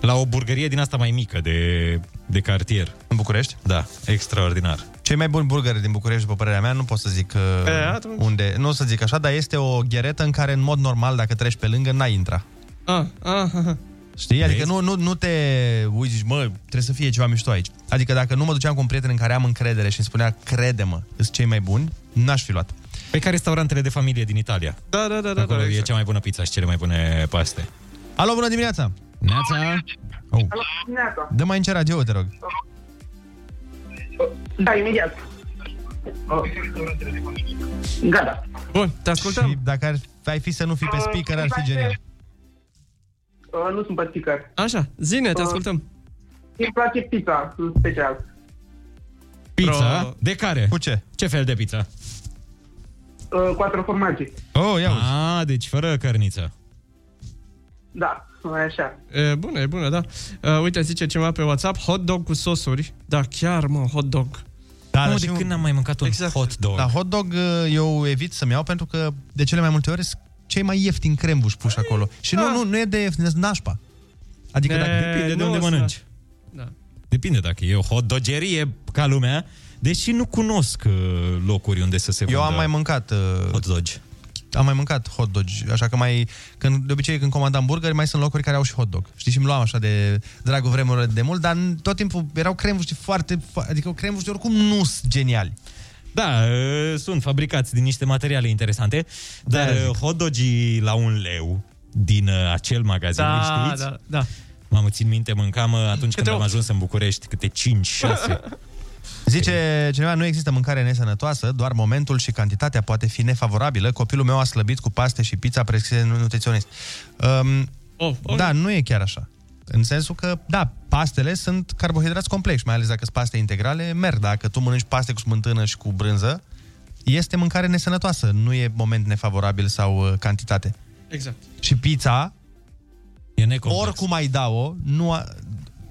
[SPEAKER 9] la o burgerie din asta mai mică, de, de cartier.
[SPEAKER 7] În București?
[SPEAKER 9] Da, extraordinar.
[SPEAKER 7] Cei mai buni burgeri din București, după părerea mea, nu pot să zic uh,
[SPEAKER 8] E, atunci.
[SPEAKER 7] unde... Nu o să zic așa, dar este o gheretă în care, în mod normal, dacă treci pe lângă, n-ai intra.
[SPEAKER 8] Ah, ah, ah, ah.
[SPEAKER 7] Știi? Adică nu, nu, nu te uiți, zici, mă, trebuie să fie ceva mișto aici. Adică dacă nu mă duceam cu un prieten în care am încredere și îmi spunea, crede-mă, sunt cei mai buni, n-aș fi luat.
[SPEAKER 9] Pe care restaurantele de familie din Italia.
[SPEAKER 8] Da, da, da, da.
[SPEAKER 9] Acolo
[SPEAKER 8] da,
[SPEAKER 9] e cea mai bună pizza și cele mai bune paste.
[SPEAKER 7] Alo, bună dimineața!
[SPEAKER 9] Neața!
[SPEAKER 7] Oh. Dă mai încerc radio, te rog.
[SPEAKER 21] Da, imediat. Uh, Gata.
[SPEAKER 8] Bun, te ascultăm.
[SPEAKER 7] Și dacă ar, ai fi să nu fi pe speaker, ar fi genial.
[SPEAKER 21] Uh, nu sunt pe speaker.
[SPEAKER 8] Așa, zine, te
[SPEAKER 21] Uh,
[SPEAKER 8] ascultăm.
[SPEAKER 21] Îmi place pizza, în special.
[SPEAKER 9] Pizza?
[SPEAKER 21] Pro-
[SPEAKER 9] De care? Cu
[SPEAKER 7] ce?
[SPEAKER 9] Ce fel de pizza?
[SPEAKER 21] Uh, Cuatro formaggii.
[SPEAKER 7] Oh, ia
[SPEAKER 9] Ah, deci fără cărniță.
[SPEAKER 21] Da, așa.
[SPEAKER 8] E, bună, e bună, da. E, uite, zice cineva pe WhatsApp, hot dog cu sosuri. Da, chiar, mă, hot dog.
[SPEAKER 7] Da,
[SPEAKER 8] Nu,
[SPEAKER 7] dar
[SPEAKER 8] de
[SPEAKER 7] și
[SPEAKER 8] când
[SPEAKER 9] n-am mai mâncat
[SPEAKER 8] un Exact. hot dog?
[SPEAKER 7] La hot dog uh, eu evit să-mi iau pentru că de cele mai multe ori sunt cei mai ieftini crembuși
[SPEAKER 9] Păi,
[SPEAKER 7] puși acolo. Și nu, nu, nu e de ieftin, sunt nașpa. Adică
[SPEAKER 9] E,
[SPEAKER 7] dacă
[SPEAKER 9] da. depinde de unde mănânci.
[SPEAKER 8] Da.
[SPEAKER 9] Depinde dacă e o hot dogerie ca lumea, deși nu cunosc uh, locuri unde să se
[SPEAKER 7] Eu am
[SPEAKER 9] vândă.
[SPEAKER 7] mai mâncat uh,
[SPEAKER 9] hot dog.
[SPEAKER 7] Am mai mâncat hot dog, așa că mai când de obicei când comandam burgeri, mai sunt locuri care au și hot dog. Știi, și îmi luam așa de dragul vremurilor de mult, dar n- tot timpul erau crembuști foarte, fo- adică crembuști oricum nu sunt geniali.
[SPEAKER 9] Da, e, sunt fabricați din niște materiale interesante, dar
[SPEAKER 7] De-aia
[SPEAKER 9] e, hotdogii la un leu din e, acel magazin,
[SPEAKER 8] Da,
[SPEAKER 9] știți?
[SPEAKER 8] da, da.
[SPEAKER 9] Mamă, țin minte, mâncam e, atunci când
[SPEAKER 8] Câte
[SPEAKER 9] am
[SPEAKER 8] opt.
[SPEAKER 9] ajuns în București, câte 5-6.
[SPEAKER 7] Zice cineva, nu există mâncare nesănătoasă, doar momentul și cantitatea poate fi nefavorabilă. Copilul meu a slăbit cu paste și pizza prescrise de nutriționist. Um,
[SPEAKER 8] oh,
[SPEAKER 7] oh. Da, nu e chiar așa. În sensul că, da, pastele sunt carbohidrați complexi, mai ales dacă sunt paste integrale, merg. Dacă tu mănânci paste cu smântână și cu brânză, este mâncare nesănătoasă, nu e moment nefavorabil sau uh, cantitate.
[SPEAKER 8] Exact.
[SPEAKER 7] Și pizza,
[SPEAKER 9] e
[SPEAKER 7] oricum ai da-o, nu a...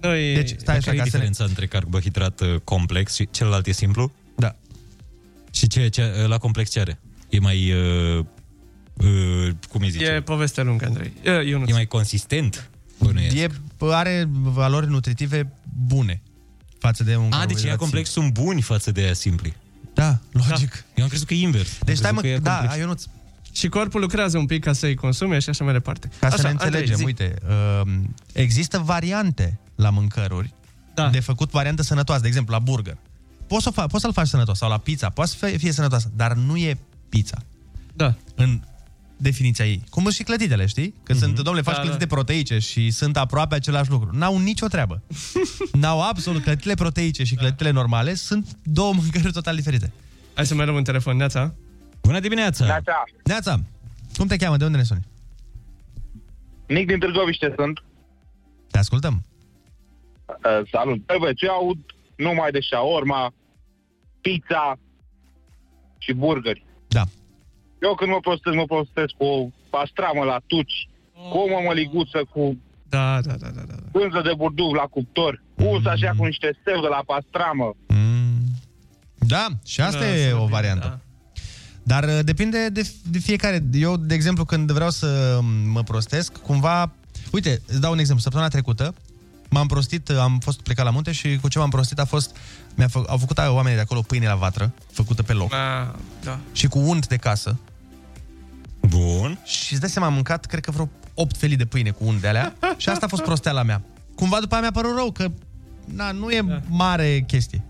[SPEAKER 8] Noi...
[SPEAKER 7] Deci, stai
[SPEAKER 9] Care
[SPEAKER 7] așa,
[SPEAKER 9] e
[SPEAKER 7] ca să ne...
[SPEAKER 9] diferența între carbohidrat e, complex și celălalt e simplu?
[SPEAKER 7] Da.
[SPEAKER 9] Și ce, ce e, la complex ce are? E mai... Uh, uh, cum îi zice?
[SPEAKER 8] E povestea lungă, Andrei. E, eu nu
[SPEAKER 9] e mai consistent?
[SPEAKER 7] E, are valori nutritive bune față de un
[SPEAKER 9] A, deci
[SPEAKER 7] carbohidrat
[SPEAKER 9] ea complex sunt buni față de aia simpli.
[SPEAKER 7] Da, logic.
[SPEAKER 9] Da. Eu am crezut că e invers.
[SPEAKER 7] Deci
[SPEAKER 9] Am
[SPEAKER 7] stai mă,
[SPEAKER 9] crezut că e
[SPEAKER 7] da,
[SPEAKER 9] complex.
[SPEAKER 7] Ionuț,
[SPEAKER 8] Și corpul lucrează un pic ca să-i consume și așa mai departe.
[SPEAKER 7] ca
[SPEAKER 8] așa,
[SPEAKER 7] să ne
[SPEAKER 8] Andrei,
[SPEAKER 7] înțelegem,
[SPEAKER 8] zi.
[SPEAKER 7] uite, um, există variante la mâncăruri da. de făcut variantă sănătoasă, de exemplu, la burger. Poți, să o fa- poți să-l faci sănătos sau la pizza, poate să fie- fie sănătoasă, dar nu e pizza.
[SPEAKER 8] Da.
[SPEAKER 7] În definiția ei. Cum sunt și clătitele, știi? Că mm-hmm. sunt, domnule, faci da,
[SPEAKER 8] Da,
[SPEAKER 7] clătite
[SPEAKER 8] da.
[SPEAKER 7] proteice și sunt aproape același lucru. N-au nicio treabă. N-au absolut. Clătitele proteice
[SPEAKER 8] Da.
[SPEAKER 7] și clătitele normale sunt două mâncăruri total diferite.
[SPEAKER 8] Hai să mai luăm un telefon, Neața.
[SPEAKER 9] Bună dimineața!
[SPEAKER 8] Neața!
[SPEAKER 7] Neața, cum te cheamă? De unde ne suni?
[SPEAKER 22] Nic din Târgoviște sunt.
[SPEAKER 7] Te ascultăm.
[SPEAKER 22] Uh, salut. Bă, bă, ce aud numai de șaorma, pizza și burgeri.
[SPEAKER 7] Da.
[SPEAKER 22] Eu când mă prostesc, mă prostesc cu o pastramă la tuci, cu o mămăliguță, cu
[SPEAKER 8] Da, da, da, da. da. Mm.
[SPEAKER 22] pânză de burduf la cuptor, uns așa cu niște său de la pastramă.
[SPEAKER 7] Da, și asta
[SPEAKER 22] Da,
[SPEAKER 7] e
[SPEAKER 22] să
[SPEAKER 7] o
[SPEAKER 22] fie,
[SPEAKER 7] variantă. Da. Dar uh, depinde de, f- de fiecare. Eu, de exemplu, când vreau să mă prostesc, cumva... Uite, îți dau un exemplu. Săptămâna trecută m-am prostit, uh, am fost plecat la munte și cu ce m-am prostit a fost... Mi-a fă, au făcut oamenii de acolo pâine la vatră, făcută pe loc.
[SPEAKER 8] A, da.
[SPEAKER 7] Și cu unt de casă.
[SPEAKER 9] Bun.
[SPEAKER 7] Și îți dai seama, am mâncat, cred că vreo 8 felii de pâine cu unt de alea. și asta a fost prosteala mea. Cumva după aia mi-a părut rău, că na, nu e da. mare chestie.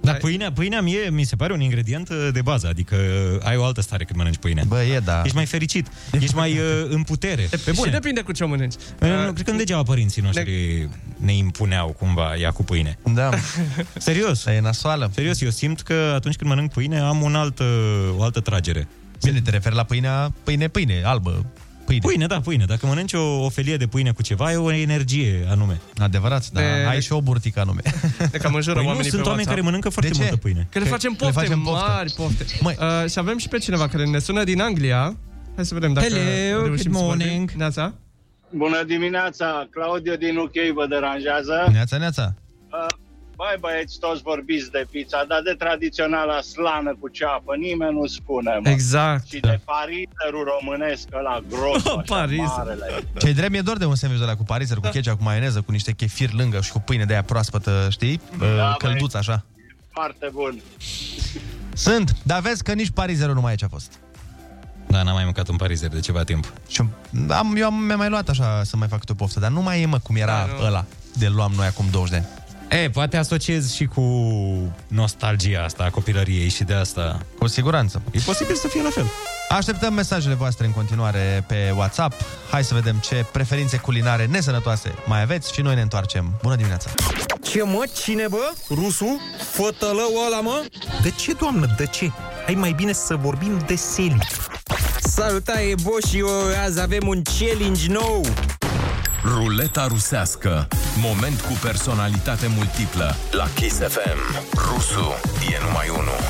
[SPEAKER 9] Dar Da, pâinea, pâinea mie, mi se pare un ingredient uh, de bază, adică uh, ai o altă stare când mănânci pâine.
[SPEAKER 7] Bă, e, da.
[SPEAKER 9] Ești mai fericit, ești mai uh, în putere. Pe
[SPEAKER 8] Și
[SPEAKER 9] bune.
[SPEAKER 8] depinde cu ce mănânci.
[SPEAKER 9] Uh, cred că nu degeaba părinții noștri ne impuneau cumva ea cu pâine.
[SPEAKER 7] Da.
[SPEAKER 9] Serios.
[SPEAKER 7] E nasoală.
[SPEAKER 9] Serios, eu simt că atunci când mănânc pâine am un alt, uh, o altă tragere.
[SPEAKER 7] Bine, te referi la pâinea, pâine, pâine, albă. Pâine.
[SPEAKER 9] pâine, da, pâine. Dacă mănânci o, o felie de pâine cu ceva, e o energie anume.
[SPEAKER 7] Adevărat, da.
[SPEAKER 9] De-
[SPEAKER 7] Ai și o burtică anume.
[SPEAKER 8] De cam înjură
[SPEAKER 9] Păi nu,
[SPEAKER 8] oamenii
[SPEAKER 9] sunt
[SPEAKER 8] pe
[SPEAKER 9] oameni
[SPEAKER 8] WhatsApp.
[SPEAKER 9] care mănâncă foarte
[SPEAKER 8] De ce?
[SPEAKER 9] multă pâine.
[SPEAKER 8] Că le facem pofte, mari pofte. Măi. Uh, și avem și pe cineva care ne sună din Anglia. Hai să vedem dacă
[SPEAKER 4] Hello, good
[SPEAKER 8] reușim să vorbim.
[SPEAKER 4] morning.
[SPEAKER 8] Neața.
[SPEAKER 4] Bună dimineața, Claudiu din UK vă deranjează.
[SPEAKER 7] Neața, neața.
[SPEAKER 4] Uh, Băi băieți, toți vorbiți de pizza, dar de tradiționala slană cu ceapă, nimeni nu spune, mă.
[SPEAKER 8] Exact,
[SPEAKER 4] Și de pariserul românesc ăla gros, așa, marele.
[SPEAKER 7] Ce drept mi-e dor de un sandwich de la cu parizer,
[SPEAKER 9] Da.
[SPEAKER 7] cu ketchup, cu maioneză, cu niște chefir lângă și cu pâine de aia proaspătă, știi? Da,
[SPEAKER 4] băi.
[SPEAKER 7] Călduț, așa.
[SPEAKER 4] Foarte bun.
[SPEAKER 7] Sunt, dar vezi că nici parizerul nu mai e ce a fost.
[SPEAKER 9] Da, n-am mai mâncat un parizer de ceva timp.
[SPEAKER 7] Și am, eu am, mi-am mai luat așa să mai fac câte o poftă, dar nu mai e, mă, cum era da, ăla de luam noi acum 20 de ani.
[SPEAKER 9] E, poate asociez și cu nostalgia asta a copilăriei și de asta.
[SPEAKER 7] Cu siguranță.
[SPEAKER 9] E posibil să fie la fel.
[SPEAKER 7] Așteptăm mesajele voastre în continuare pe WhatsApp. Hai să vedem ce preferințe culinare nesănătoase mai aveți și noi ne întoarcem. Bună dimineața!
[SPEAKER 23] Ce mă? Cine bă? Rusu? Fătălău ăla mă? De ce, doamnă, de ce? Hai mai bine să vorbim de seli.
[SPEAKER 24] Salutare, boșio! Azi avem un challenge nou!
[SPEAKER 10] Ruleta rusească. Moment cu personalitate multiplă. La Kiss FM. Rusu e numai unul.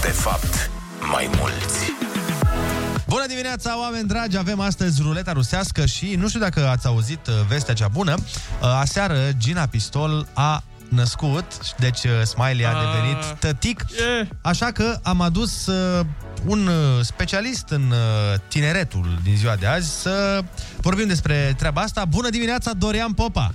[SPEAKER 10] De fapt, mai mulți.
[SPEAKER 7] Bună dimineața, oameni dragi! Avem astăzi ruleta rusească și nu știu dacă ați auzit uh, vestea cea bună. Uh, Aseară, Gina Pistol a născut, deci uh, Smiley a
[SPEAKER 10] Ah.
[SPEAKER 7] devenit tătic. Așa că am adus uh, un uh, specialist în uh, tineretul din ziua de azi să vorbim despre treaba asta. Bună dimineața, Dorian Popa!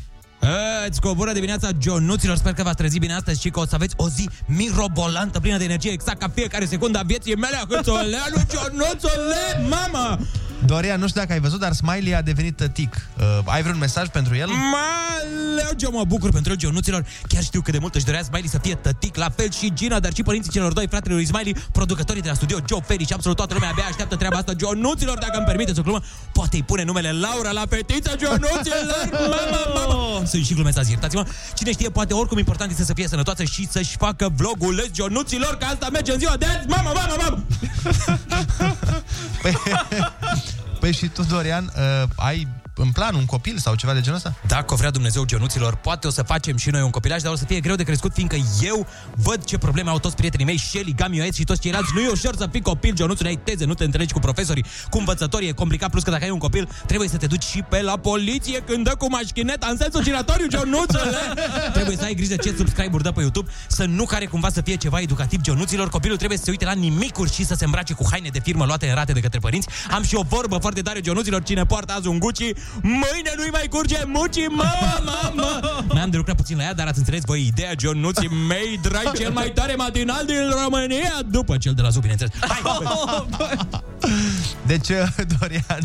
[SPEAKER 18] Îți coboră dimineața, Gionuților, sper că v-ați trezit bine astăzi și că o să aveți o zi mirobolantă, plină de energie, exact ca fiecare secundă a vieții mele, Hâțoleanu, Gionuțule, mama!
[SPEAKER 7] Dorian, nu știu dacă ai văzut, dar Smiley a devenit tătic. Uh, ai vreun mesaj pentru el?
[SPEAKER 18] Maleu, Gio, mă bucur pentru el, Gionuților. Chiar știu cât de mult își dorea Smiley să fie tătic, la fel și Gina, dar și părinții celor doi fratele lui Smiley, producătorii de la studio Joe Ferry și absolut toată lumea abia așteaptă treaba asta. Gionuților, dacă îmi permiteți o glumă, poate îi pune numele Laura la fetiță, Gionuților, mama, mama. Sunt și glume azi, iertați-mă. Cine știe, poate oricum important este să fie sănătoasă și să-și facă vlogul Gionuților, că asta merge în ziua de azi, mama, mama, mama.
[SPEAKER 7] Păi și tu, Dorian, uh, ai în plan un copil sau ceva de genul ăsta?
[SPEAKER 18] Dacă o vrea Dumnezeu Gionuților, poate o să facem și noi un copilaj, dar o să fie greu de crescut, fiindcă eu văd ce probleme au toți prietenii mei, Shelly, Gamioet și toți ceilalți. Nu e ușor să fii copil, Gionuțul, ai teze, nu te întregi cu profesorii, cu învățătorii, e complicat, plus că dacă ai un copil, trebuie să te duci și pe la poliție când dă cu mașchineta în sensul giratoriu, Gionuțule! trebuie să ai grijă ce subscribe-uri dă pe YouTube, să nu care cumva să fie ceva educativ, Gionuților, copilul trebuie să se uite la nimicuri și să se îmbrace cu haine de firmă luate în rate de către părinți. Am și o vorbă foarte tare, Gionuților, cine poartă azi un Gucci, mâine nu-i mai curge muci, mama, mă! Mi-am de lucrat puțin la ea, dar ați înțeles voi ideea Gionuții mei, drag, cel mai tare matinal din România, după cel de la Zoo, bineînțeles. Hai!
[SPEAKER 7] Deci, uh, Dorian, uh,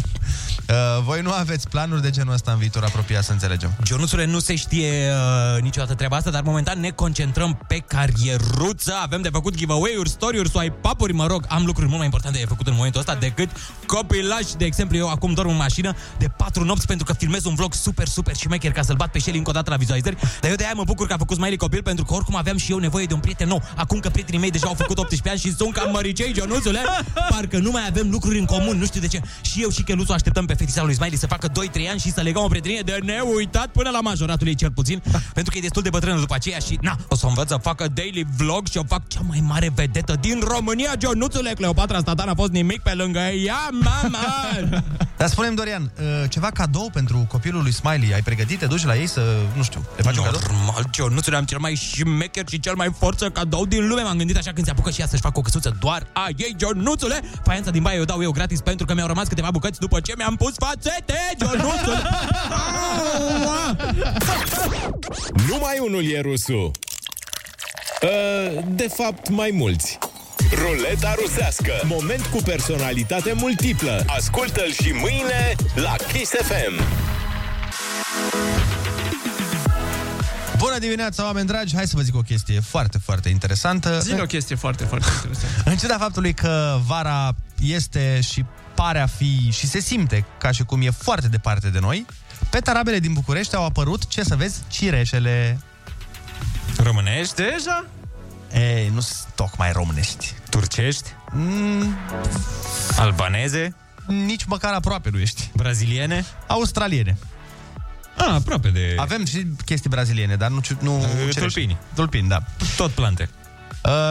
[SPEAKER 7] voi nu aveți planuri de genul ăsta în viitor apropiat, să înțelegem.
[SPEAKER 18] Gionuțule, nu se știe uh, niciodată treaba asta, dar momentan ne concentrăm pe carieruță. Avem de făcut giveaway-uri, story-uri, swipe-up-uri, mă rog. Am lucruri mult mai importante de făcut în momentul ăsta decât copilași. De exemplu, eu acum dorm în mașină de patru nopți pentru că filmez un vlog super, super și maker ca să-l bat pe Shelly încă o dată la vizualizări. Dar eu de aia mă bucur că a făcut Smiley copil pentru că oricum aveam și eu nevoie de un prieten nou. Acum că prietenii mei deja au făcut 18 ani și sunt cam măricei, Gionuțule, parcă nu mai avem lucruri în comun, nu știu de ce. Și eu și Cheluțu așteptăm pe fetița lui Smiley să facă 2-3 ani și să legăm o prietenie de neuitat până la majoratul ei cel puțin, pentru că e destul de bătrână după aceea și na, o să o învăț să facă daily vlog și o fac cea mai mare vedetă din România, Gionuțule, Cleopatra Statan a fost nimic pe lângă ea, mama!
[SPEAKER 7] Dar spune Dorian, uh, ceva cadou pentru copilul lui Smiley? Ai pregătit? Te duci la ei să, nu știu, le faci un cadou?
[SPEAKER 18] Normal, ce nu ți-l am cel mai șmecher și cel mai forță cadou din lume. M-am gândit așa când se apucă și ea să-și facă o căsuță doar a ei, Gionuțule. Faianța din baie o dau eu gratis pentru că mi-au rămas câteva bucăți după ce mi-am pus fațete, Gionuțule.
[SPEAKER 6] Numai unul e rusul. Uh, De fapt, mai mulți. Ruleta rusească. Moment cu personalitate multiplă. Ascultă-l și mâine la Kiss FM.
[SPEAKER 7] Bună dimineața, oameni dragi! Hai să vă zic o chestie foarte, foarte interesantă.
[SPEAKER 8] Zi o chestie foarte, foarte interesantă.
[SPEAKER 7] În ciuda faptului că vara este și pare a fi și se simte ca și cum e foarte departe de noi, pe tarabele din București au apărut, ce să vezi, cireșele.
[SPEAKER 9] Românești?
[SPEAKER 8] Deja?
[SPEAKER 7] Ei, nu sunt tocmai românești.
[SPEAKER 9] Turcești?
[SPEAKER 7] Mm,
[SPEAKER 9] Albaneze?
[SPEAKER 7] nici măcar aproape nu ești.
[SPEAKER 9] Braziliene?
[SPEAKER 7] Australiene.
[SPEAKER 9] A, aproape de...
[SPEAKER 7] Avem și chestii braziliene, dar nu... ci- nu cerești.
[SPEAKER 9] tulpini.
[SPEAKER 7] Tulpini, da.
[SPEAKER 9] Tot plante.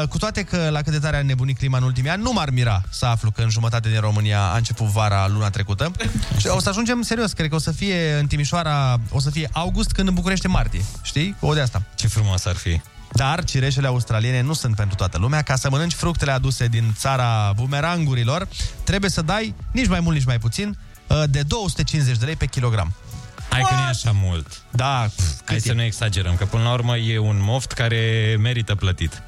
[SPEAKER 7] Uh, cu toate că la cât de tare a nebunit clima în ultimii ani, nu m-ar mira să aflu că în jumătate din România a început vara luna trecută. Și o să ajungem serios, cred că o să fie în Timișoara, o să fie august când în București e martie, știi? O de asta.
[SPEAKER 9] Ce frumos ar fi.
[SPEAKER 7] Dar cireșele australiene nu sunt pentru toată lumea. Ca să mănânci fructele aduse din țara bumerangurilor, trebuie să dai nici mai mult, nici mai puțin, uh, de 250 de lei pe kilogram.
[SPEAKER 9] Hai că nu e așa mult.
[SPEAKER 7] Da,
[SPEAKER 9] Hai să nu exagerăm, că până la urmă e un moft care merită plătit.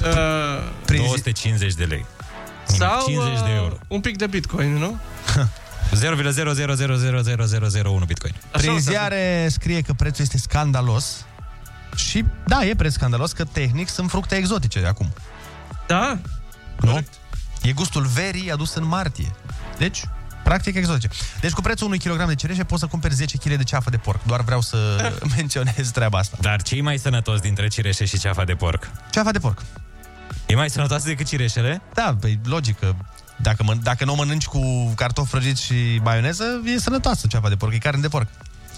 [SPEAKER 9] Uh, 250 de lei.
[SPEAKER 8] Sau
[SPEAKER 9] 50 de
[SPEAKER 8] uh,
[SPEAKER 9] euro.
[SPEAKER 8] un pic de bitcoin, nu?
[SPEAKER 9] 0,00000001 bitcoin.
[SPEAKER 7] Prin ziare scrie că prețul este scandalos și da, e preț scandalos că tehnic sunt fructe exotice acum.
[SPEAKER 8] Da?
[SPEAKER 7] Nu? E gustul verii adus în martie. Deci, practic exotice. Deci cu prețul unui kilogram de cireșe poți să cumperi 10 kg de ceafă de porc. Doar vreau să menționez treaba asta.
[SPEAKER 9] Dar cei mai sănătoși dintre cireșe și ceafa de porc?
[SPEAKER 7] Ceafa de porc.
[SPEAKER 9] E mai sănătoasă decât cireșele?
[SPEAKER 7] Da, păi logic că dacă, mân- dacă nu o mănânci cu cartofi prăjiți și maioneză, e sănătoasă ceapa de porc, e carne de porc.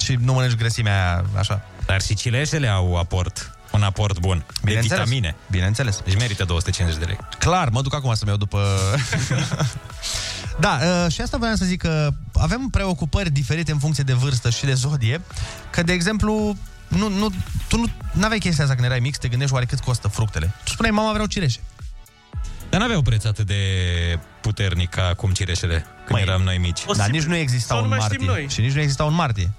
[SPEAKER 7] Și nu mănânci grăsimea aia, așa.
[SPEAKER 9] Dar și cireșele au aport, un aport bun de
[SPEAKER 7] Bineînțeles.
[SPEAKER 9] vitamine.
[SPEAKER 7] Bineînțeles.
[SPEAKER 9] Deci merită 250 de lei.
[SPEAKER 7] Clar, mă duc acum să-mi iau după... da, uh, și asta vreau să zic că avem preocupări diferite în funcție de vârstă și de zodie, că, de exemplu, nu, nu, tu nu aveai chestia asta când erai mic, să te gândești oare cât costă fructele. Tu spuneai, mama, vreau cireșe.
[SPEAKER 9] Dar n-aveau preț atât de puternic ca acum cireșele când Măi, eram noi mici.
[SPEAKER 7] Dar nici nu exista un martie. Și nici nu exista un martie.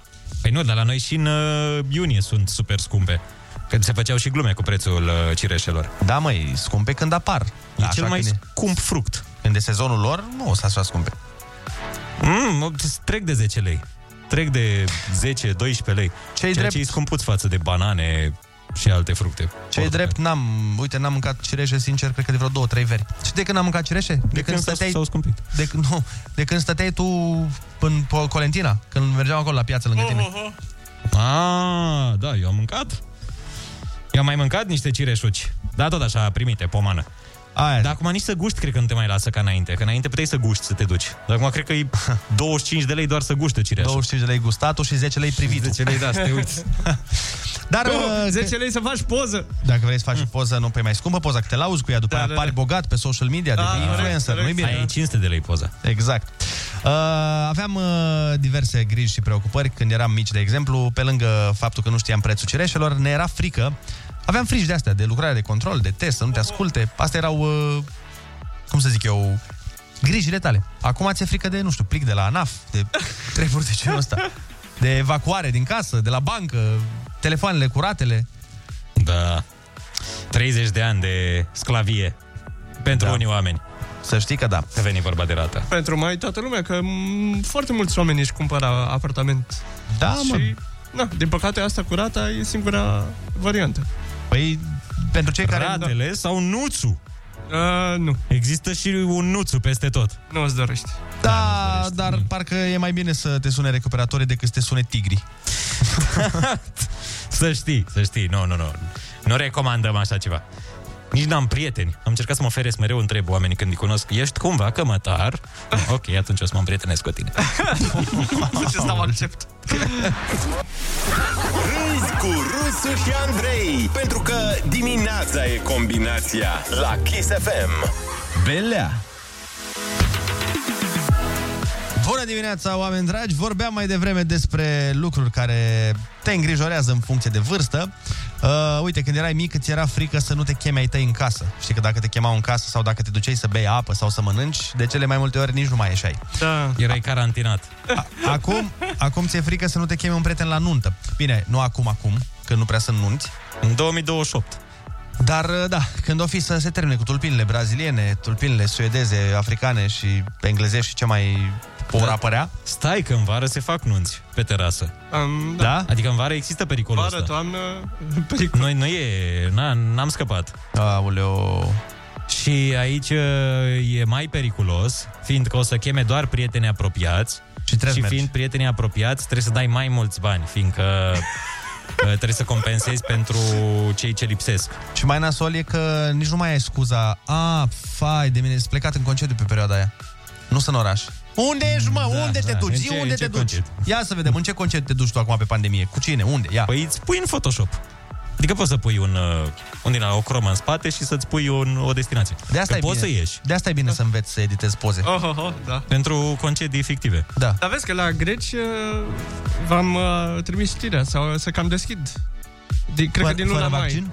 [SPEAKER 9] Păi nu, dar la noi și în uh, iunie sunt super scumpe. Că se făceau și glume cu prețul uh, cireșelor.
[SPEAKER 7] Da, măi, scumpe când apar.
[SPEAKER 9] E
[SPEAKER 7] Da,
[SPEAKER 9] cel mai
[SPEAKER 7] scump fruct. Când de sezonul lor, nu o să așa scumpe.
[SPEAKER 9] Mm, trec de 10 lei. Trec de 10-12 lei. Ceea
[SPEAKER 7] drept.
[SPEAKER 9] ce e scumpuț față de banane și alte fructe.
[SPEAKER 7] Ce drept, n-am, uite, n-am mâncat cireșe, sincer, cred că de vreo două, trei veri. Și de când am mâncat cireșe? De,
[SPEAKER 9] când s-au- s-au scumpit.
[SPEAKER 7] De, când- nu, de când stăteai tu în Pol- Colentina, când mergeam acolo la piață
[SPEAKER 9] Oh,
[SPEAKER 7] lângă tine.
[SPEAKER 9] Ah, da, eu am mâncat. Eu am mai mâncat niște cireșuci. Da, tot așa, primite, pomană.
[SPEAKER 7] Aia.
[SPEAKER 9] Dar acum nici să guști, cred că nu te mai lasă ca înainte. Că înainte puteai să guști, să te duci. Dar acum cred că e 25 de lei doar să guște cireșul.
[SPEAKER 7] 25 de lei gustatul și 10 lei privitul.
[SPEAKER 9] 10 lei, da, să te uiți.
[SPEAKER 7] Dar,
[SPEAKER 8] Bă,
[SPEAKER 7] uh,
[SPEAKER 8] 10 lei să faci poză.
[SPEAKER 7] Dacă vrei să faci o poză, nu pe mai scumpă poza, că te lauzi cu ea, după da, aia
[SPEAKER 8] da,
[SPEAKER 7] pari bogat pe social media,
[SPEAKER 8] Da,
[SPEAKER 7] devii
[SPEAKER 8] corect,
[SPEAKER 7] influencer, nu-i
[SPEAKER 8] corect.
[SPEAKER 7] bine?
[SPEAKER 8] Aia e
[SPEAKER 9] 500 de lei poza.
[SPEAKER 7] Exact. Uh, aveam uh, diverse griji și preocupări când eram mici, de exemplu, pe lângă faptul că nu știam prețul cireșelor, ne era frică. Aveam frici de astea, de lucrare, de control, de test, să nu te asculte. Astea erau, uh, cum să zic eu, grijile tale. Acum ți-e frică de, nu știu, plic de la ANAF, de treburi de genul ăsta, de evacuare din casă, de la bancă, telefoanele curatele.
[SPEAKER 9] Da. 30 de ani de sclavie pentru da. unii oameni.
[SPEAKER 7] Să știi că da.
[SPEAKER 9] Că veni vorba de rată.
[SPEAKER 8] Pentru mai toată lumea, că m, foarte mulți oameni își cumpără apartament.
[SPEAKER 7] Da,
[SPEAKER 8] și,
[SPEAKER 7] mă.
[SPEAKER 8] Na, din păcate asta cu rata e singura variantă.
[SPEAKER 7] Păi, pentru cei
[SPEAKER 8] care...
[SPEAKER 9] Ratele sau nuțu?
[SPEAKER 8] Uh, nu.
[SPEAKER 9] Există și un nuțu peste tot.
[SPEAKER 8] Nu îți dorești.
[SPEAKER 7] Da, dar parcă e mai bine să te sune recuperatorii decât să te sune tigri.
[SPEAKER 9] Să știi, să știi, nu, nu, nu. Nu recomandăm așa ceva. Nici n-am prieteni. Am încercat să mă feresc mereu, întreb oamenii când îi cunosc. Ești cumva cămătar? ok, atunci o să mă împrietenesc cu tine.
[SPEAKER 8] Ce stau accept.
[SPEAKER 6] Râzi cu Rusu și Andrei Pentru că dimineața e combinația La Kiss FM
[SPEAKER 7] Belea Bună dimineața, oameni dragi! Vorbeam mai devreme despre lucruri care te îngrijorează în funcție de vârstă. Uh, uite, când erai mic, îți era frică să nu te chemi ai tăi în casă. Știi că dacă te chemau în casă sau dacă te duceai să bei apă sau să mănânci, de cele mai multe ori nici nu mai ieșai.
[SPEAKER 8] Da.
[SPEAKER 7] Erai carantinat. Acum, acum ți-e frică să nu te chemi un prieten la nuntă. Bine, nu acum, acum, că nu prea sunt nunți. În 2028. Dar, uh, da, când o fi să se termine cu tulpinile braziliene, tulpinile suedeze, africane și englezești și ce mai vor apărea.
[SPEAKER 9] Da. Stai că în vară se fac nunți pe terasă.
[SPEAKER 8] Um,
[SPEAKER 9] da. da? Adică în vară există pericolul
[SPEAKER 8] Vară,
[SPEAKER 9] ăsta.
[SPEAKER 8] toamnă...
[SPEAKER 9] Pericol. Noi nu e, na, n-am scăpat.
[SPEAKER 7] Aoleo.
[SPEAKER 9] Și aici uh, e mai periculos, fiindcă o să cheme doar prieteni apropiați.
[SPEAKER 7] Și,
[SPEAKER 9] și
[SPEAKER 7] mergi.
[SPEAKER 9] fiind prieteni apropiați, trebuie să dai mai mulți bani, fiindcă uh, trebuie să compensezi pentru cei ce lipsesc.
[SPEAKER 7] Și mai nasol e că nici nu mai ai scuza A, fai, de mine, ești plecat în concediu pe perioada aia Nu sunt în oraș Unde ești, mă?
[SPEAKER 9] Da,
[SPEAKER 7] Da, unde te
[SPEAKER 9] da.
[SPEAKER 7] duci?
[SPEAKER 9] În
[SPEAKER 7] Zi
[SPEAKER 9] ce-
[SPEAKER 7] unde
[SPEAKER 9] în ce
[SPEAKER 7] te duci?
[SPEAKER 9] concediu?
[SPEAKER 7] Ia să vedem, în ce concediu te duci tu acum pe pandemie? Cu cine? Unde? Ia.
[SPEAKER 9] Păi îți pui în Photoshop. Adică poți să pui un, uh, un din ala, o cromă în spate și să-ți pui un, o destinație.
[SPEAKER 7] De asta
[SPEAKER 9] că
[SPEAKER 7] e
[SPEAKER 9] poți
[SPEAKER 7] bine.
[SPEAKER 9] să ieși.
[SPEAKER 7] De asta e bine să înveți să editezi poze.
[SPEAKER 8] Oh, oh, oh, da.
[SPEAKER 9] Pentru concedii fictive.
[SPEAKER 7] Da.
[SPEAKER 8] Dar vezi că la greci uh, v-am uh, trimis știrea sau să cam deschid. Din, cred
[SPEAKER 7] Fără-
[SPEAKER 8] că din luna
[SPEAKER 7] fără
[SPEAKER 8] mai.
[SPEAKER 7] vaccin?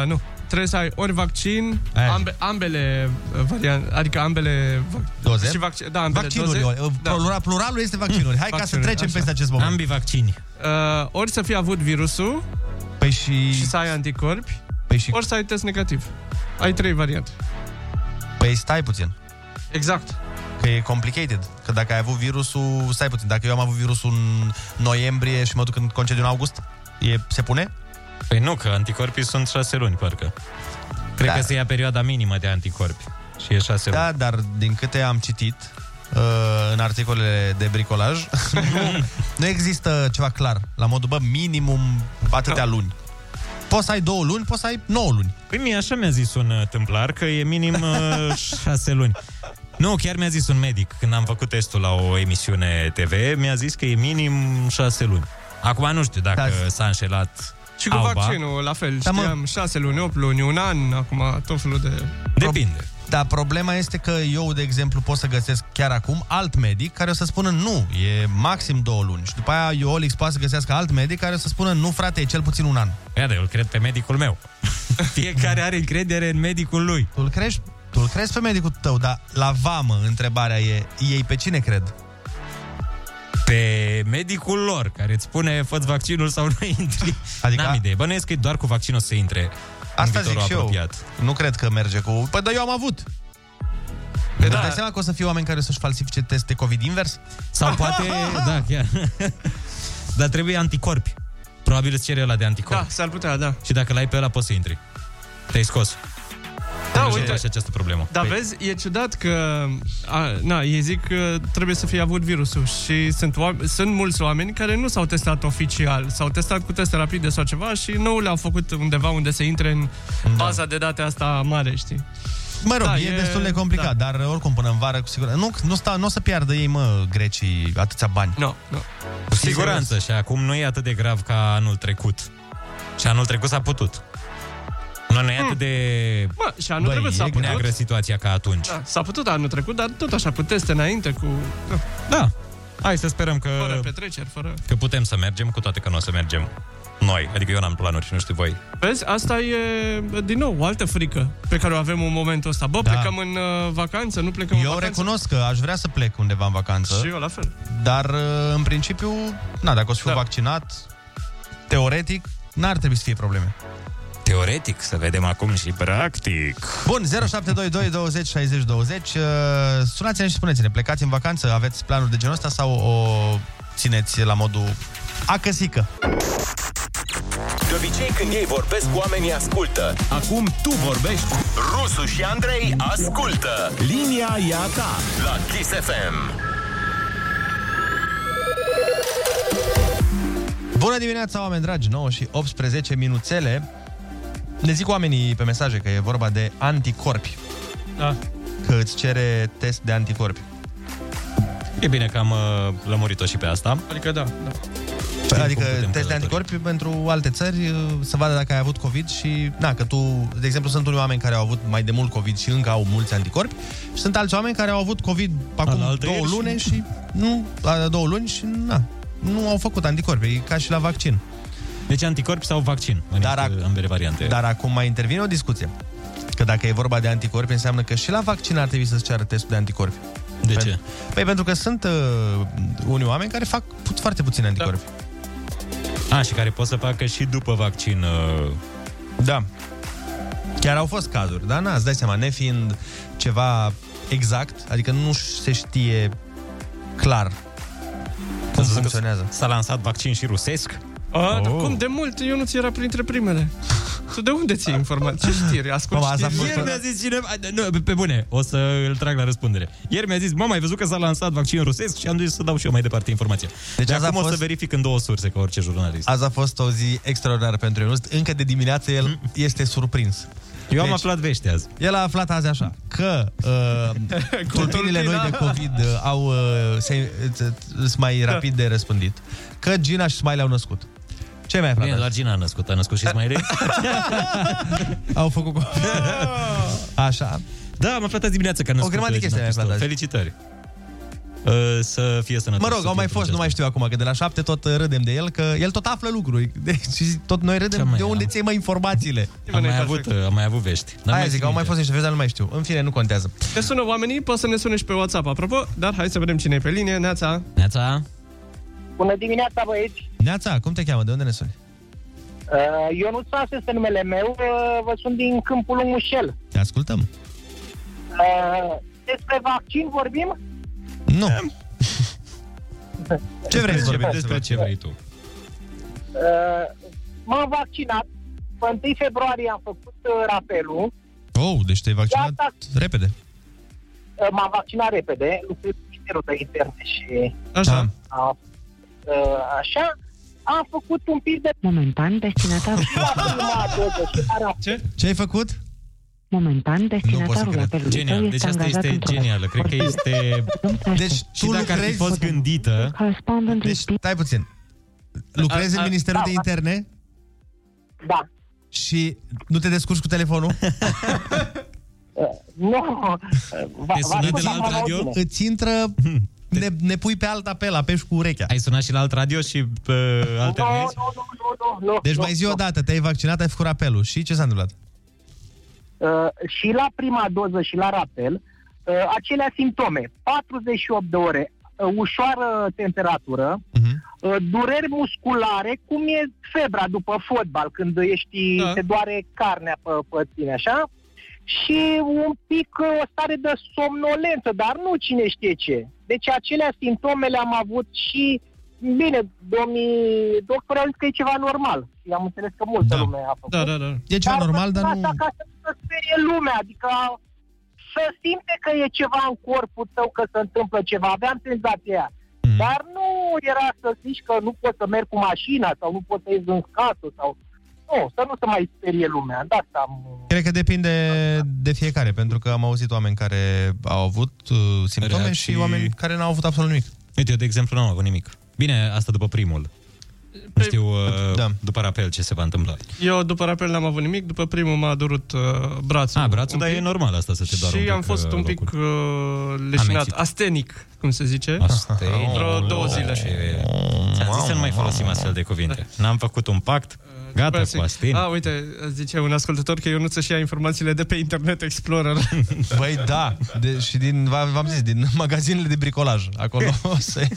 [SPEAKER 8] Uh, nu. Trebuie să ai ori vaccin,
[SPEAKER 7] Aia
[SPEAKER 8] ambe, ambele uh, variante, adică ambele vac-
[SPEAKER 7] Doze?
[SPEAKER 8] Și vaccin, da, ambele
[SPEAKER 7] Vaccinuri,
[SPEAKER 8] doze.
[SPEAKER 7] ori, plural- pluralul este vaccinuri. Hai ca să trecem peste acest moment. Ambii
[SPEAKER 9] vaccini.
[SPEAKER 8] Uh, ori să fie avut virusul
[SPEAKER 7] păi și...
[SPEAKER 8] și să ai anticorpi,
[SPEAKER 7] păi și...
[SPEAKER 8] ori să ai test negativ. Ai trei variante.
[SPEAKER 7] Păi stai puțin.
[SPEAKER 8] Exact.
[SPEAKER 7] Că e complicated. Că dacă ai avut virusul, stai puțin. Dacă eu am avut virusul în noiembrie și mă duc în concediu în august, e, se pune?
[SPEAKER 9] Păi nu, că anticorpii sunt șase luni, parcă. Cred da. că se ia perioada minimă de anticorpi. Și e șase
[SPEAKER 7] Da, dar din câte am citit uh, în articolele de bricolaj, nu, nu există ceva clar. La modul, bă, minimum atâtea luni. Poți să ai două luni, poți să ai nouă luni.
[SPEAKER 9] Păi mie așa mi-a zis un uh, tâmplar că e minim uh, șase luni. Nu, chiar mi-a zis un medic când am făcut testul la o emisiune TV, mi-a zis că e minim șase luni. Acum nu știu dacă s-a înșelat
[SPEAKER 8] Și cu
[SPEAKER 9] Auba.
[SPEAKER 8] vaccinul, la fel,
[SPEAKER 7] Da, mă.
[SPEAKER 8] știam șase luni, opt luni, un an, acum tot felul de...
[SPEAKER 9] Depinde.
[SPEAKER 7] Dar problema este că eu, de exemplu, pot să găsesc chiar acum alt medic care o să spună nu, e maxim două luni. Și după aia eu, Olix, poate să găsească alt medic care o să spună nu, frate, e cel puțin un an.
[SPEAKER 9] Iată, eu îl cred pe medicul meu. Fiecare are încredere în medicul lui.
[SPEAKER 7] Tu îl crești tu îl crezi pe medicul tău, dar la vamă întrebarea e, ei pe cine cred?
[SPEAKER 9] Pe medicul lor, care îți spune fă vaccinul sau nu intri. Adică... N-am idee. Bănuiesc că doar cu vaccinul o să intre
[SPEAKER 7] Asta zic
[SPEAKER 9] în viitorul
[SPEAKER 7] și eu.
[SPEAKER 9] apropiat.
[SPEAKER 7] Nu cred că merge cu... Păi, dar eu am avut. Păi da. Dai seama că o să fie oameni care o să-și falsifice teste COVID invers?
[SPEAKER 9] Sau poate, da, chiar. Dar trebuie anticorpi. Probabil îți cere ăla de anticorpi. Da,
[SPEAKER 8] s-ar putea, da.
[SPEAKER 9] Și dacă l-ai pe ăla, poți să intri. Te-ai scos.
[SPEAKER 8] Da,
[SPEAKER 9] Deci
[SPEAKER 8] uite.
[SPEAKER 9] e Și această problemă.
[SPEAKER 8] Dar
[SPEAKER 7] Păi,
[SPEAKER 8] vezi, e ciudat că... A, na, ei zic că trebuie să fie avut virusul și sunt, oameni, sunt mulți oameni care nu s-au testat oficial, s-au testat cu teste rapide sau ceva și nu le-au făcut undeva unde să intre în baza de date asta mare, știi?
[SPEAKER 7] Mă rog,
[SPEAKER 8] Da,
[SPEAKER 7] da, e,
[SPEAKER 8] e-
[SPEAKER 7] e destul de complicat, da. dar oricum până în vară, cu siguranță. Nu, nu, sta, nu o să piardă ei, mă, grecii, atâția bani.
[SPEAKER 8] Nu, nu.
[SPEAKER 9] Cu siguranță. Și acum nu e atât de grav ca anul trecut. Și anul trecut s-a putut. Nu, nu e atât de...
[SPEAKER 8] Hmm. Bă, și anul trecut s-a
[SPEAKER 9] e
[SPEAKER 8] putut.
[SPEAKER 9] neagră situația ca atunci.
[SPEAKER 8] Da, s-a putut anul trecut, dar tot așa, cu teste înainte, cu... Da.
[SPEAKER 9] da. Hai să sperăm că...
[SPEAKER 8] Fără petreceri, fără...
[SPEAKER 9] Că putem să mergem, cu toate că nu o să mergem noi. Adică eu n-am planuri și nu știu voi.
[SPEAKER 8] Vezi, asta e, din nou, o altă frică pe care o avem în momentul ăsta. Bă, da. plecăm în uh, vacanță, nu plecăm în
[SPEAKER 7] Eu
[SPEAKER 8] vacanță.
[SPEAKER 7] recunosc că aș vrea să plec undeva în vacanță.
[SPEAKER 8] Și eu la fel.
[SPEAKER 7] Dar, uh, în principiu, na, dacă o să fiu da. vaccinat, teoretic, n-ar trebui să fie probleme.
[SPEAKER 9] Teoretic, să vedem acum și practic.
[SPEAKER 7] Bun, 0722 20 60 20. Uh, Sunați-ne și spuneți-ne, plecați în vacanță, aveți planuri de genul ăsta sau o țineți la modul acăsică?
[SPEAKER 10] De obicei când ei vorbesc, oamenii ascultă. Acum tu vorbești. Rusu și Andrei ascultă. Linia e a ta la Kiss FM.
[SPEAKER 7] Bună dimineața, oameni dragi! 9 și 18 minuțele. Ne zic oamenii pe mesaje că e vorba de anticorpi.
[SPEAKER 8] Da.
[SPEAKER 7] Că îți cere test de anticorpi.
[SPEAKER 9] E bine că am uh, lămurit-o și pe asta.
[SPEAKER 8] Adică da, da.
[SPEAKER 7] Știm adică test de anticorpi pentru alte țări uh, să vadă dacă ai avut COVID și, na, că tu, de exemplu, sunt unii oameni care au avut mai de mult COVID și încă au mulți anticorpi și sunt alți oameni care au avut COVID acum
[SPEAKER 25] Alaltă
[SPEAKER 7] două
[SPEAKER 25] ieri și-
[SPEAKER 7] luni și nu, a, două luni și, na, nu au făcut anticorpi, e ca și la vaccin.
[SPEAKER 25] Deci anticorpi sau vaccin,
[SPEAKER 7] dar, ac-
[SPEAKER 25] ambele variante.
[SPEAKER 7] Dar acum mai intervine o discuție. Că dacă e vorba de anticorpi, înseamnă că și la vaccin ar trebui să-ți ceară testul de anticorpi.
[SPEAKER 25] De ce?
[SPEAKER 7] Păi pentru că sunt uh, unii oameni care fac put- foarte
[SPEAKER 25] Da.
[SPEAKER 7] puțini anticorpi.
[SPEAKER 9] A, și care pot să facă și după vaccin. uh,
[SPEAKER 7] Da. Chiar au fost cazuri, dar na, îți dai seama, nefiind ceva exact, adică nu se știe clar cum funcționează.
[SPEAKER 9] S-a lansat vaccin și rusesc?
[SPEAKER 8] A,
[SPEAKER 9] Oh.
[SPEAKER 8] dar cum de mult? Eu nu ți era printre primele. Tu de unde ți-ai informat? Ce știri? Ascult
[SPEAKER 9] Mama, asta a
[SPEAKER 8] știri.
[SPEAKER 9] fost... Ieri mi-a zis cineva... Nu, pe bune, o să îl trag la răspundere. Ieri mi-a zis, mama, ai văzut că s-a lansat vaccinul rusesc și am zis să dau și eu mai departe informația. Deci
[SPEAKER 7] Deci
[SPEAKER 9] de
[SPEAKER 7] azi a
[SPEAKER 9] acum fost... o să
[SPEAKER 7] fost-
[SPEAKER 9] verific în două surse, ca orice jurnalist.
[SPEAKER 7] Azi a fost o zi extraordinară pentru Ionuț. Încă de dimineață el este surprins.
[SPEAKER 9] Mm.
[SPEAKER 7] Deci
[SPEAKER 9] Eu am aflat vești azi.
[SPEAKER 7] El a aflat azi așa, că uh, tulpinile noi de COVID uh, au, uh, se, uh, sunt mai
[SPEAKER 9] Da.
[SPEAKER 7] rapid de răspândit, că Gina și Smiley au născut. Ce mai ai aflat?
[SPEAKER 9] Bine, doar Gina a născut, a născut și Smiley.
[SPEAKER 7] Au făcut cu... Așa.
[SPEAKER 9] Da, am aflat azi dimineață că a născut.
[SPEAKER 7] O grămadă de
[SPEAKER 9] Gina
[SPEAKER 7] chestii ai aflat
[SPEAKER 9] Pistor.
[SPEAKER 7] azi.
[SPEAKER 9] Felicitări. Uh, Să fie
[SPEAKER 7] Mă
[SPEAKER 9] sănătos.
[SPEAKER 7] rog,
[SPEAKER 9] să
[SPEAKER 7] au
[SPEAKER 9] fie
[SPEAKER 7] mai fost, nu mai știu acum, că de la șapte tot uh, râdem de el, că el tot află lucruri. Deci și tot noi râdem de unde ți mai informațiile.
[SPEAKER 9] Am mai avut, Uh, am mai avut vești. N-am
[SPEAKER 7] Aia
[SPEAKER 9] mai
[SPEAKER 7] zic, au mai fost niște vezi, dar nu mai știu. În fine, nu contează.
[SPEAKER 8] Te sună oamenii, poți să ne suni și pe WhatsApp, apropo, dar hai să vedem cine e pe linie. Neața.
[SPEAKER 9] Neața.
[SPEAKER 26] Bună dimineața, băieți!
[SPEAKER 7] Neața, cum te cheamă? De unde ne suni?
[SPEAKER 26] Uh, Eu nu sunt este numele meu, uh, vă sunt din Câmpul Mușel.
[SPEAKER 7] Te ascultăm.
[SPEAKER 26] Uh, Despre vaccin vorbim?
[SPEAKER 7] Nu.
[SPEAKER 9] Ce vrei
[SPEAKER 26] să vorbim?
[SPEAKER 9] Despre ce vrei tu?
[SPEAKER 26] Uh, M-am vaccinat, pe 1 februarie am făcut uh, rapelul,
[SPEAKER 7] Oh, deci te-ai vaccinat
[SPEAKER 26] Da,
[SPEAKER 7] repede.
[SPEAKER 26] Uh, m-am vaccinat repede, lucrez cu Ministerul de Interne și
[SPEAKER 7] Așa.
[SPEAKER 26] uh, uh, așa, am făcut un pic de... Momentan destinatarul. Și la prima doză, și la rapel.
[SPEAKER 8] Ce?
[SPEAKER 7] Ce ai făcut?
[SPEAKER 17] Momentan,
[SPEAKER 9] destinatarul
[SPEAKER 17] apelului
[SPEAKER 9] Genial, deci asta este genială. Cred că este...
[SPEAKER 7] Deci
[SPEAKER 9] și
[SPEAKER 7] tu
[SPEAKER 9] dacă ar fi
[SPEAKER 7] lucrezi-
[SPEAKER 9] fost gândită...
[SPEAKER 7] Deci, stai puțin. Lucrezi
[SPEAKER 9] A-
[SPEAKER 7] în
[SPEAKER 9] a-
[SPEAKER 7] Ministerul
[SPEAKER 26] da,
[SPEAKER 7] de
[SPEAKER 26] da.
[SPEAKER 7] Interne?
[SPEAKER 26] Da.
[SPEAKER 7] Și nu te descurci cu telefonul?
[SPEAKER 26] Nu.
[SPEAKER 9] Te sună de la alt radio?
[SPEAKER 7] Îți intră... Ne, ne pui pe alt apel, apeși cu urechea.
[SPEAKER 9] Ai sunat și la alt radio și pe alternezi?
[SPEAKER 26] Nu, nu,
[SPEAKER 7] Deci
[SPEAKER 26] nu,
[SPEAKER 7] mai zi
[SPEAKER 26] nu.
[SPEAKER 7] o dată, te-ai vaccinat, ai făcut apelul. Și ce s-a întâmplat?
[SPEAKER 26] Uh, și la prima doză și la rapel, uh, acelea simptome. 48 de ore, uh, ușoară temperatură,
[SPEAKER 7] Mhm.
[SPEAKER 26] uh, dureri musculare, cum e febra după fotbal, când ești, da. te doare carnea pe, pe tine, așa, și un pic uh, o stare de somnolență, dar nu cine știe ce. Deci acelea simptome le-am avut și, bine, domnii doctori au zis că e ceva normal. Și am înțeles că multă da. lume a făcut.
[SPEAKER 8] Da, da, da.
[SPEAKER 7] E ceva normal, dar nu...
[SPEAKER 26] Asta ca să nu te sperie lumea, adică să simte că e ceva în corpul tău, că se întâmplă ceva. Aveam senzația aia.
[SPEAKER 7] Mm.
[SPEAKER 26] Dar nu era să zici că nu poți să merg cu mașina sau nu poți să ies în casă sau... Nu, să nu se mai sperie lumea. De asta am...
[SPEAKER 7] Cred că depinde de fiecare, pentru că am auzit oameni care au avut uh, simptome Reacții... și oameni care n-au avut absolut nimic.
[SPEAKER 9] Uite, eu, de exemplu, n-am avut nimic. Bine, asta după primul. Nu știu, uh,
[SPEAKER 7] Da.
[SPEAKER 9] după rapel, ce se va întâmpla.
[SPEAKER 8] Eu după rapel n-am avut nimic, după primul m-a durut uh, brațul.
[SPEAKER 9] A, brațul,
[SPEAKER 8] un
[SPEAKER 9] dar
[SPEAKER 8] pic.
[SPEAKER 9] e normal asta să te doară un
[SPEAKER 8] Și
[SPEAKER 9] pic,
[SPEAKER 8] am fost
[SPEAKER 9] uh,
[SPEAKER 8] un pic uh, leșinat,
[SPEAKER 9] Amexit.
[SPEAKER 8] astenic, cum se zice.
[SPEAKER 9] Astenic.
[SPEAKER 8] Vreo Păi, două zile.
[SPEAKER 9] Ți-am zis să nu mai folosim astfel de cuvinte. N-am făcut un pact,
[SPEAKER 8] Uh,
[SPEAKER 9] gata cu Astin.
[SPEAKER 8] A, uite, zice un ascultător că eu nu să-și ia informațiile de pe Internet Explorer.
[SPEAKER 7] Băi, da, de,
[SPEAKER 9] Deci,
[SPEAKER 7] și din, v- v-am zis, din magazinele de bricolaj. Acolo se...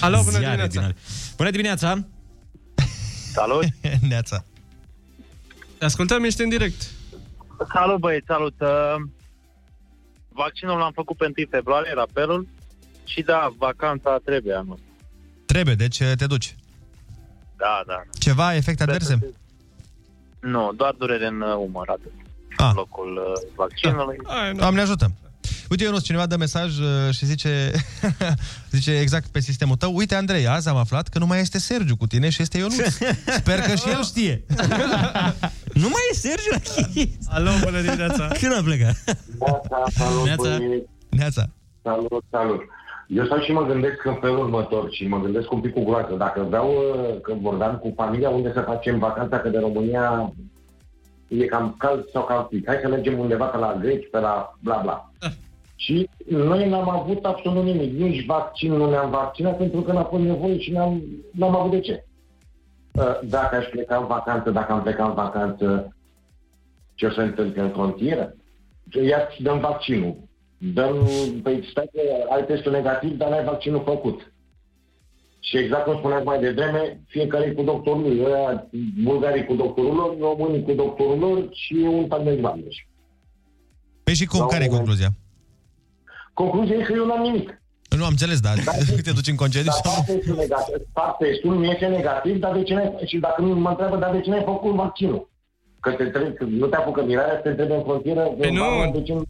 [SPEAKER 8] Alo, bună
[SPEAKER 9] Ziare
[SPEAKER 8] dimineața.
[SPEAKER 9] din ale- Bună dimineața!
[SPEAKER 26] Salut!
[SPEAKER 7] Neața.
[SPEAKER 8] Te ascultăm, ești în direct.
[SPEAKER 26] Salut băieți, salut! Uh, Vaccinul l-am făcut pe 1 februarie, rapelul, și da, vacanța trebuie anul.
[SPEAKER 7] Trebuie, deci uh, te duci.
[SPEAKER 26] Da, da.
[SPEAKER 7] Ceva efect adverse?
[SPEAKER 26] Nu, doar durere în uh, umăr, atât.
[SPEAKER 7] Ah.
[SPEAKER 26] În locul uh, vaccinului.
[SPEAKER 7] Doamne ajută! Uite, Ionuț, cineva dă mesaj uh, și zice, zice exact pe sistemul tău, uite, Andrei, azi am aflat că nu mai este Sergiu cu tine și este Ionuț. Sper că și el știe.
[SPEAKER 9] Nu mai e Sergiu la chis.
[SPEAKER 8] Alo, bună dimineața.
[SPEAKER 9] Când a plecat?
[SPEAKER 27] Neața, salut,
[SPEAKER 9] Neața.
[SPEAKER 27] băieți.
[SPEAKER 7] Neața.
[SPEAKER 27] Salut, salut. Eu stau și mă gândesc în felul următor și mă gândesc un pic cu groază. Dacă vreau, uh, când vorbeam cu familia, unde să facem vacanța, că de România e cam cald sau cam fric. Hai să mergem undeva pe la greci, pe la bla bla. Și noi n-am avut absolut nimic, nici vaccin nu ne-am vaccinat pentru că n-a fost nevoie și n-am, n-am avut de ce. Uh, Dacă aș pleca în vacanță, dacă am plecat în vacanță, ce o să întâmple în frontieră? Ia îți dăm vaccinul. Dăm, păi stai că ai testul negativ, dar n-ai vaccinul făcut. Și exact cum spuneam mai devreme, fiecare e cu doctorul lui. Ăia, Bulgarii cu doctorul lor, românii cu doctorul lor și un tag de bani. Deci,
[SPEAKER 7] Păi și cum? Care e concluzia?
[SPEAKER 27] Da, Concluzia e că eu n-am nimic. Da.
[SPEAKER 7] Nu am înțeles, dar te duci în concediu sau...
[SPEAKER 27] Dar fac testul negativ, fac testul, nu este negativ, dar de ce n-ai, și dacă nu mă întreabă, dar de ce n-ai făcut vaccinul? Că te trebuie, că nu te apucă mirarea, te trebuie în frontieră,
[SPEAKER 8] Păi nu.
[SPEAKER 27] mamă, de ce nu-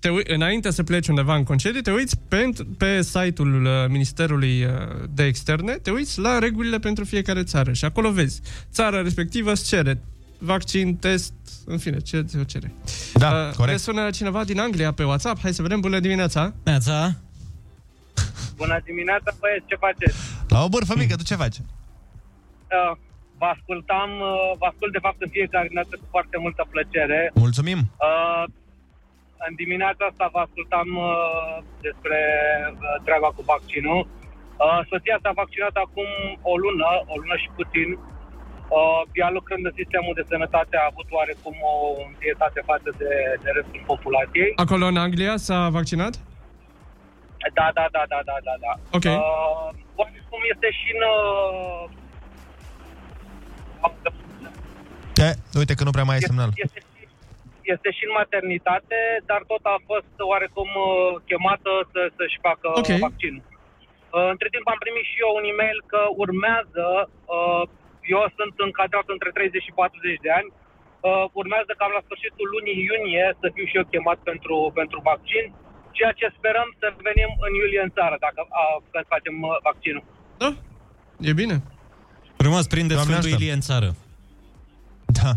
[SPEAKER 8] te ui- înainte să pleci undeva în concediu, te uiți pe, pe site-ul uh, Ministerului uh, de Externe, te uiți la regulile pentru fiecare țară și acolo vezi. Țara respectivă îți cere vaccin, test, în fine, ce ți-o cere.
[SPEAKER 7] Da,
[SPEAKER 8] corect. Ne sună cineva din Anglia pe WhatsApp, hai să vedem, bună dimineața!
[SPEAKER 28] Neața!
[SPEAKER 5] Bună dimineața, băieți, ce faceți?
[SPEAKER 27] Da.
[SPEAKER 7] La o bârfă mică, tu ce faci?
[SPEAKER 5] Uh, Vă ascultam, uh, vă ascult de fapt în fiecare dată cu foarte multă plăcere.
[SPEAKER 7] Mulțumim!
[SPEAKER 5] Uh, În dimineața asta vă ascultam uh, despre uh, treaba cu vaccinul. Uh, Soția s-a vaccinat acum o lună, o lună și puțin. Uh, Ea lucrând în sistemul de sănătate a avut oarecum o întâietate față de, de restul populației.
[SPEAKER 8] Acolo în Anglia s-a vaccinat?
[SPEAKER 5] Da, da, da, da, da, da, da.
[SPEAKER 8] Ok.
[SPEAKER 5] Uh, oarecum este și în... Uh,
[SPEAKER 7] E, uite că nu prea mai e semnal.
[SPEAKER 5] este și în maternitate, dar tot a fost oarecum uh, chemată să, să-și facă
[SPEAKER 8] Ok.
[SPEAKER 5] okay. vaccin. Uh, Între timp am primit și eu un e-mail că urmează, uh, eu sunt încadrat între 30 și 40 de ani, uh, urmează cam la sfârșitul lunii iunie să fiu și eu chemat pentru, pentru vaccin, ceea ce sperăm să venim în iulie în țară, dacă a, când facem uh, vaccinul.
[SPEAKER 8] E bine.
[SPEAKER 9] Rămas, prindeți
[SPEAKER 5] Doamne
[SPEAKER 9] Sfântul
[SPEAKER 5] ajută.
[SPEAKER 9] Ilie în țară.
[SPEAKER 7] Da.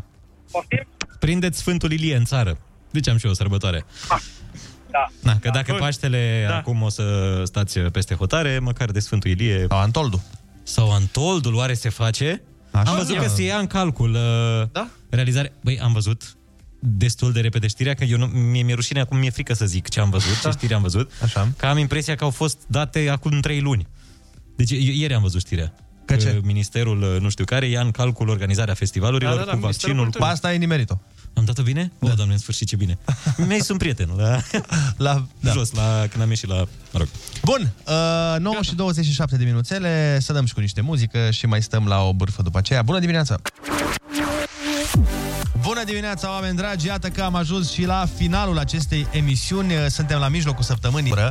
[SPEAKER 9] Prindeți Sfântul Ilie în țară. Deci am și eu o sărbătoare.
[SPEAKER 5] Da.
[SPEAKER 9] Na, că dacă Paștele da. acum o să stați uh, peste hotare, măcar de Sfântul Ilie...
[SPEAKER 7] Sau Antoldu.
[SPEAKER 9] Sau Antoldul, oare se face?
[SPEAKER 7] Așa
[SPEAKER 9] am văzut
[SPEAKER 7] e.
[SPEAKER 9] că se ia în calcul uh, da? realizare. Băi, am văzut destul de repede știrea, că eu nu, mie mi-e rușine, acum mi-e frică să zic ce am văzut, ce știri am văzut,
[SPEAKER 7] Așa.
[SPEAKER 9] că am impresia că au fost date acum trei luni. Deci i- ieri am văzut știrea. Că ce? Ministerul uh, nu știu care ia în calcul organizarea festivalurilor da, da, da, cu vaccinul.
[SPEAKER 7] Ba, Asta e nimerit-o.
[SPEAKER 9] Am dat-o bine? Da. O, doamne, în sfârșit, ce bine. Mi-ai sunt prieten la,
[SPEAKER 7] la
[SPEAKER 9] da. jos, la când am ieșit la... Mă rog.
[SPEAKER 7] Bun, uh, 9 și 27 de minuțele, să dăm și cu niște muzică și mai stăm la o bârfă după aceea. Bună dimineața! Bună dimineața, oameni dragi! Iată că am ajuns și la finalul acestei emisiuni. Suntem la mijlocul săptămânii, uh,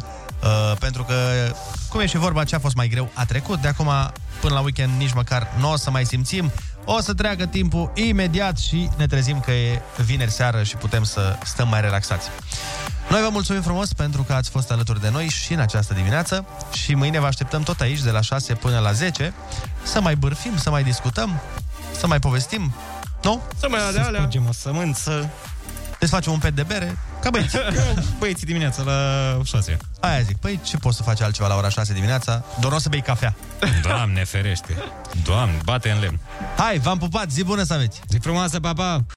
[SPEAKER 7] pentru că, cum e și vorba, ce a fost mai greu a trecut. De acum până la weekend nici măcar nu o să mai simțim. O să treacă timpul imediat și ne trezim că e vineri seară și putem să stăm mai relaxați. Noi vă mulțumim frumos pentru că ați fost alături de noi și în această dimineață și mâine vă așteptăm tot aici de la 6 până la 10 să mai bârfim, să mai discutăm, să mai povestim, nu?
[SPEAKER 8] Să mai
[SPEAKER 9] Să spargem o sămânță.
[SPEAKER 7] Deci facem un pet de bere, ca băieți.
[SPEAKER 9] băieții dimineața la 6.
[SPEAKER 7] Aia zic, păi ce poți să faci altceva la ora 6 dimineața? Doar nu o să bei cafea.
[SPEAKER 9] Doamne ferește! Doamne, bate în lemn!
[SPEAKER 7] Hai, v-am pupat, zi bună să aveți!
[SPEAKER 9] Zi frumoasă, pa, pa!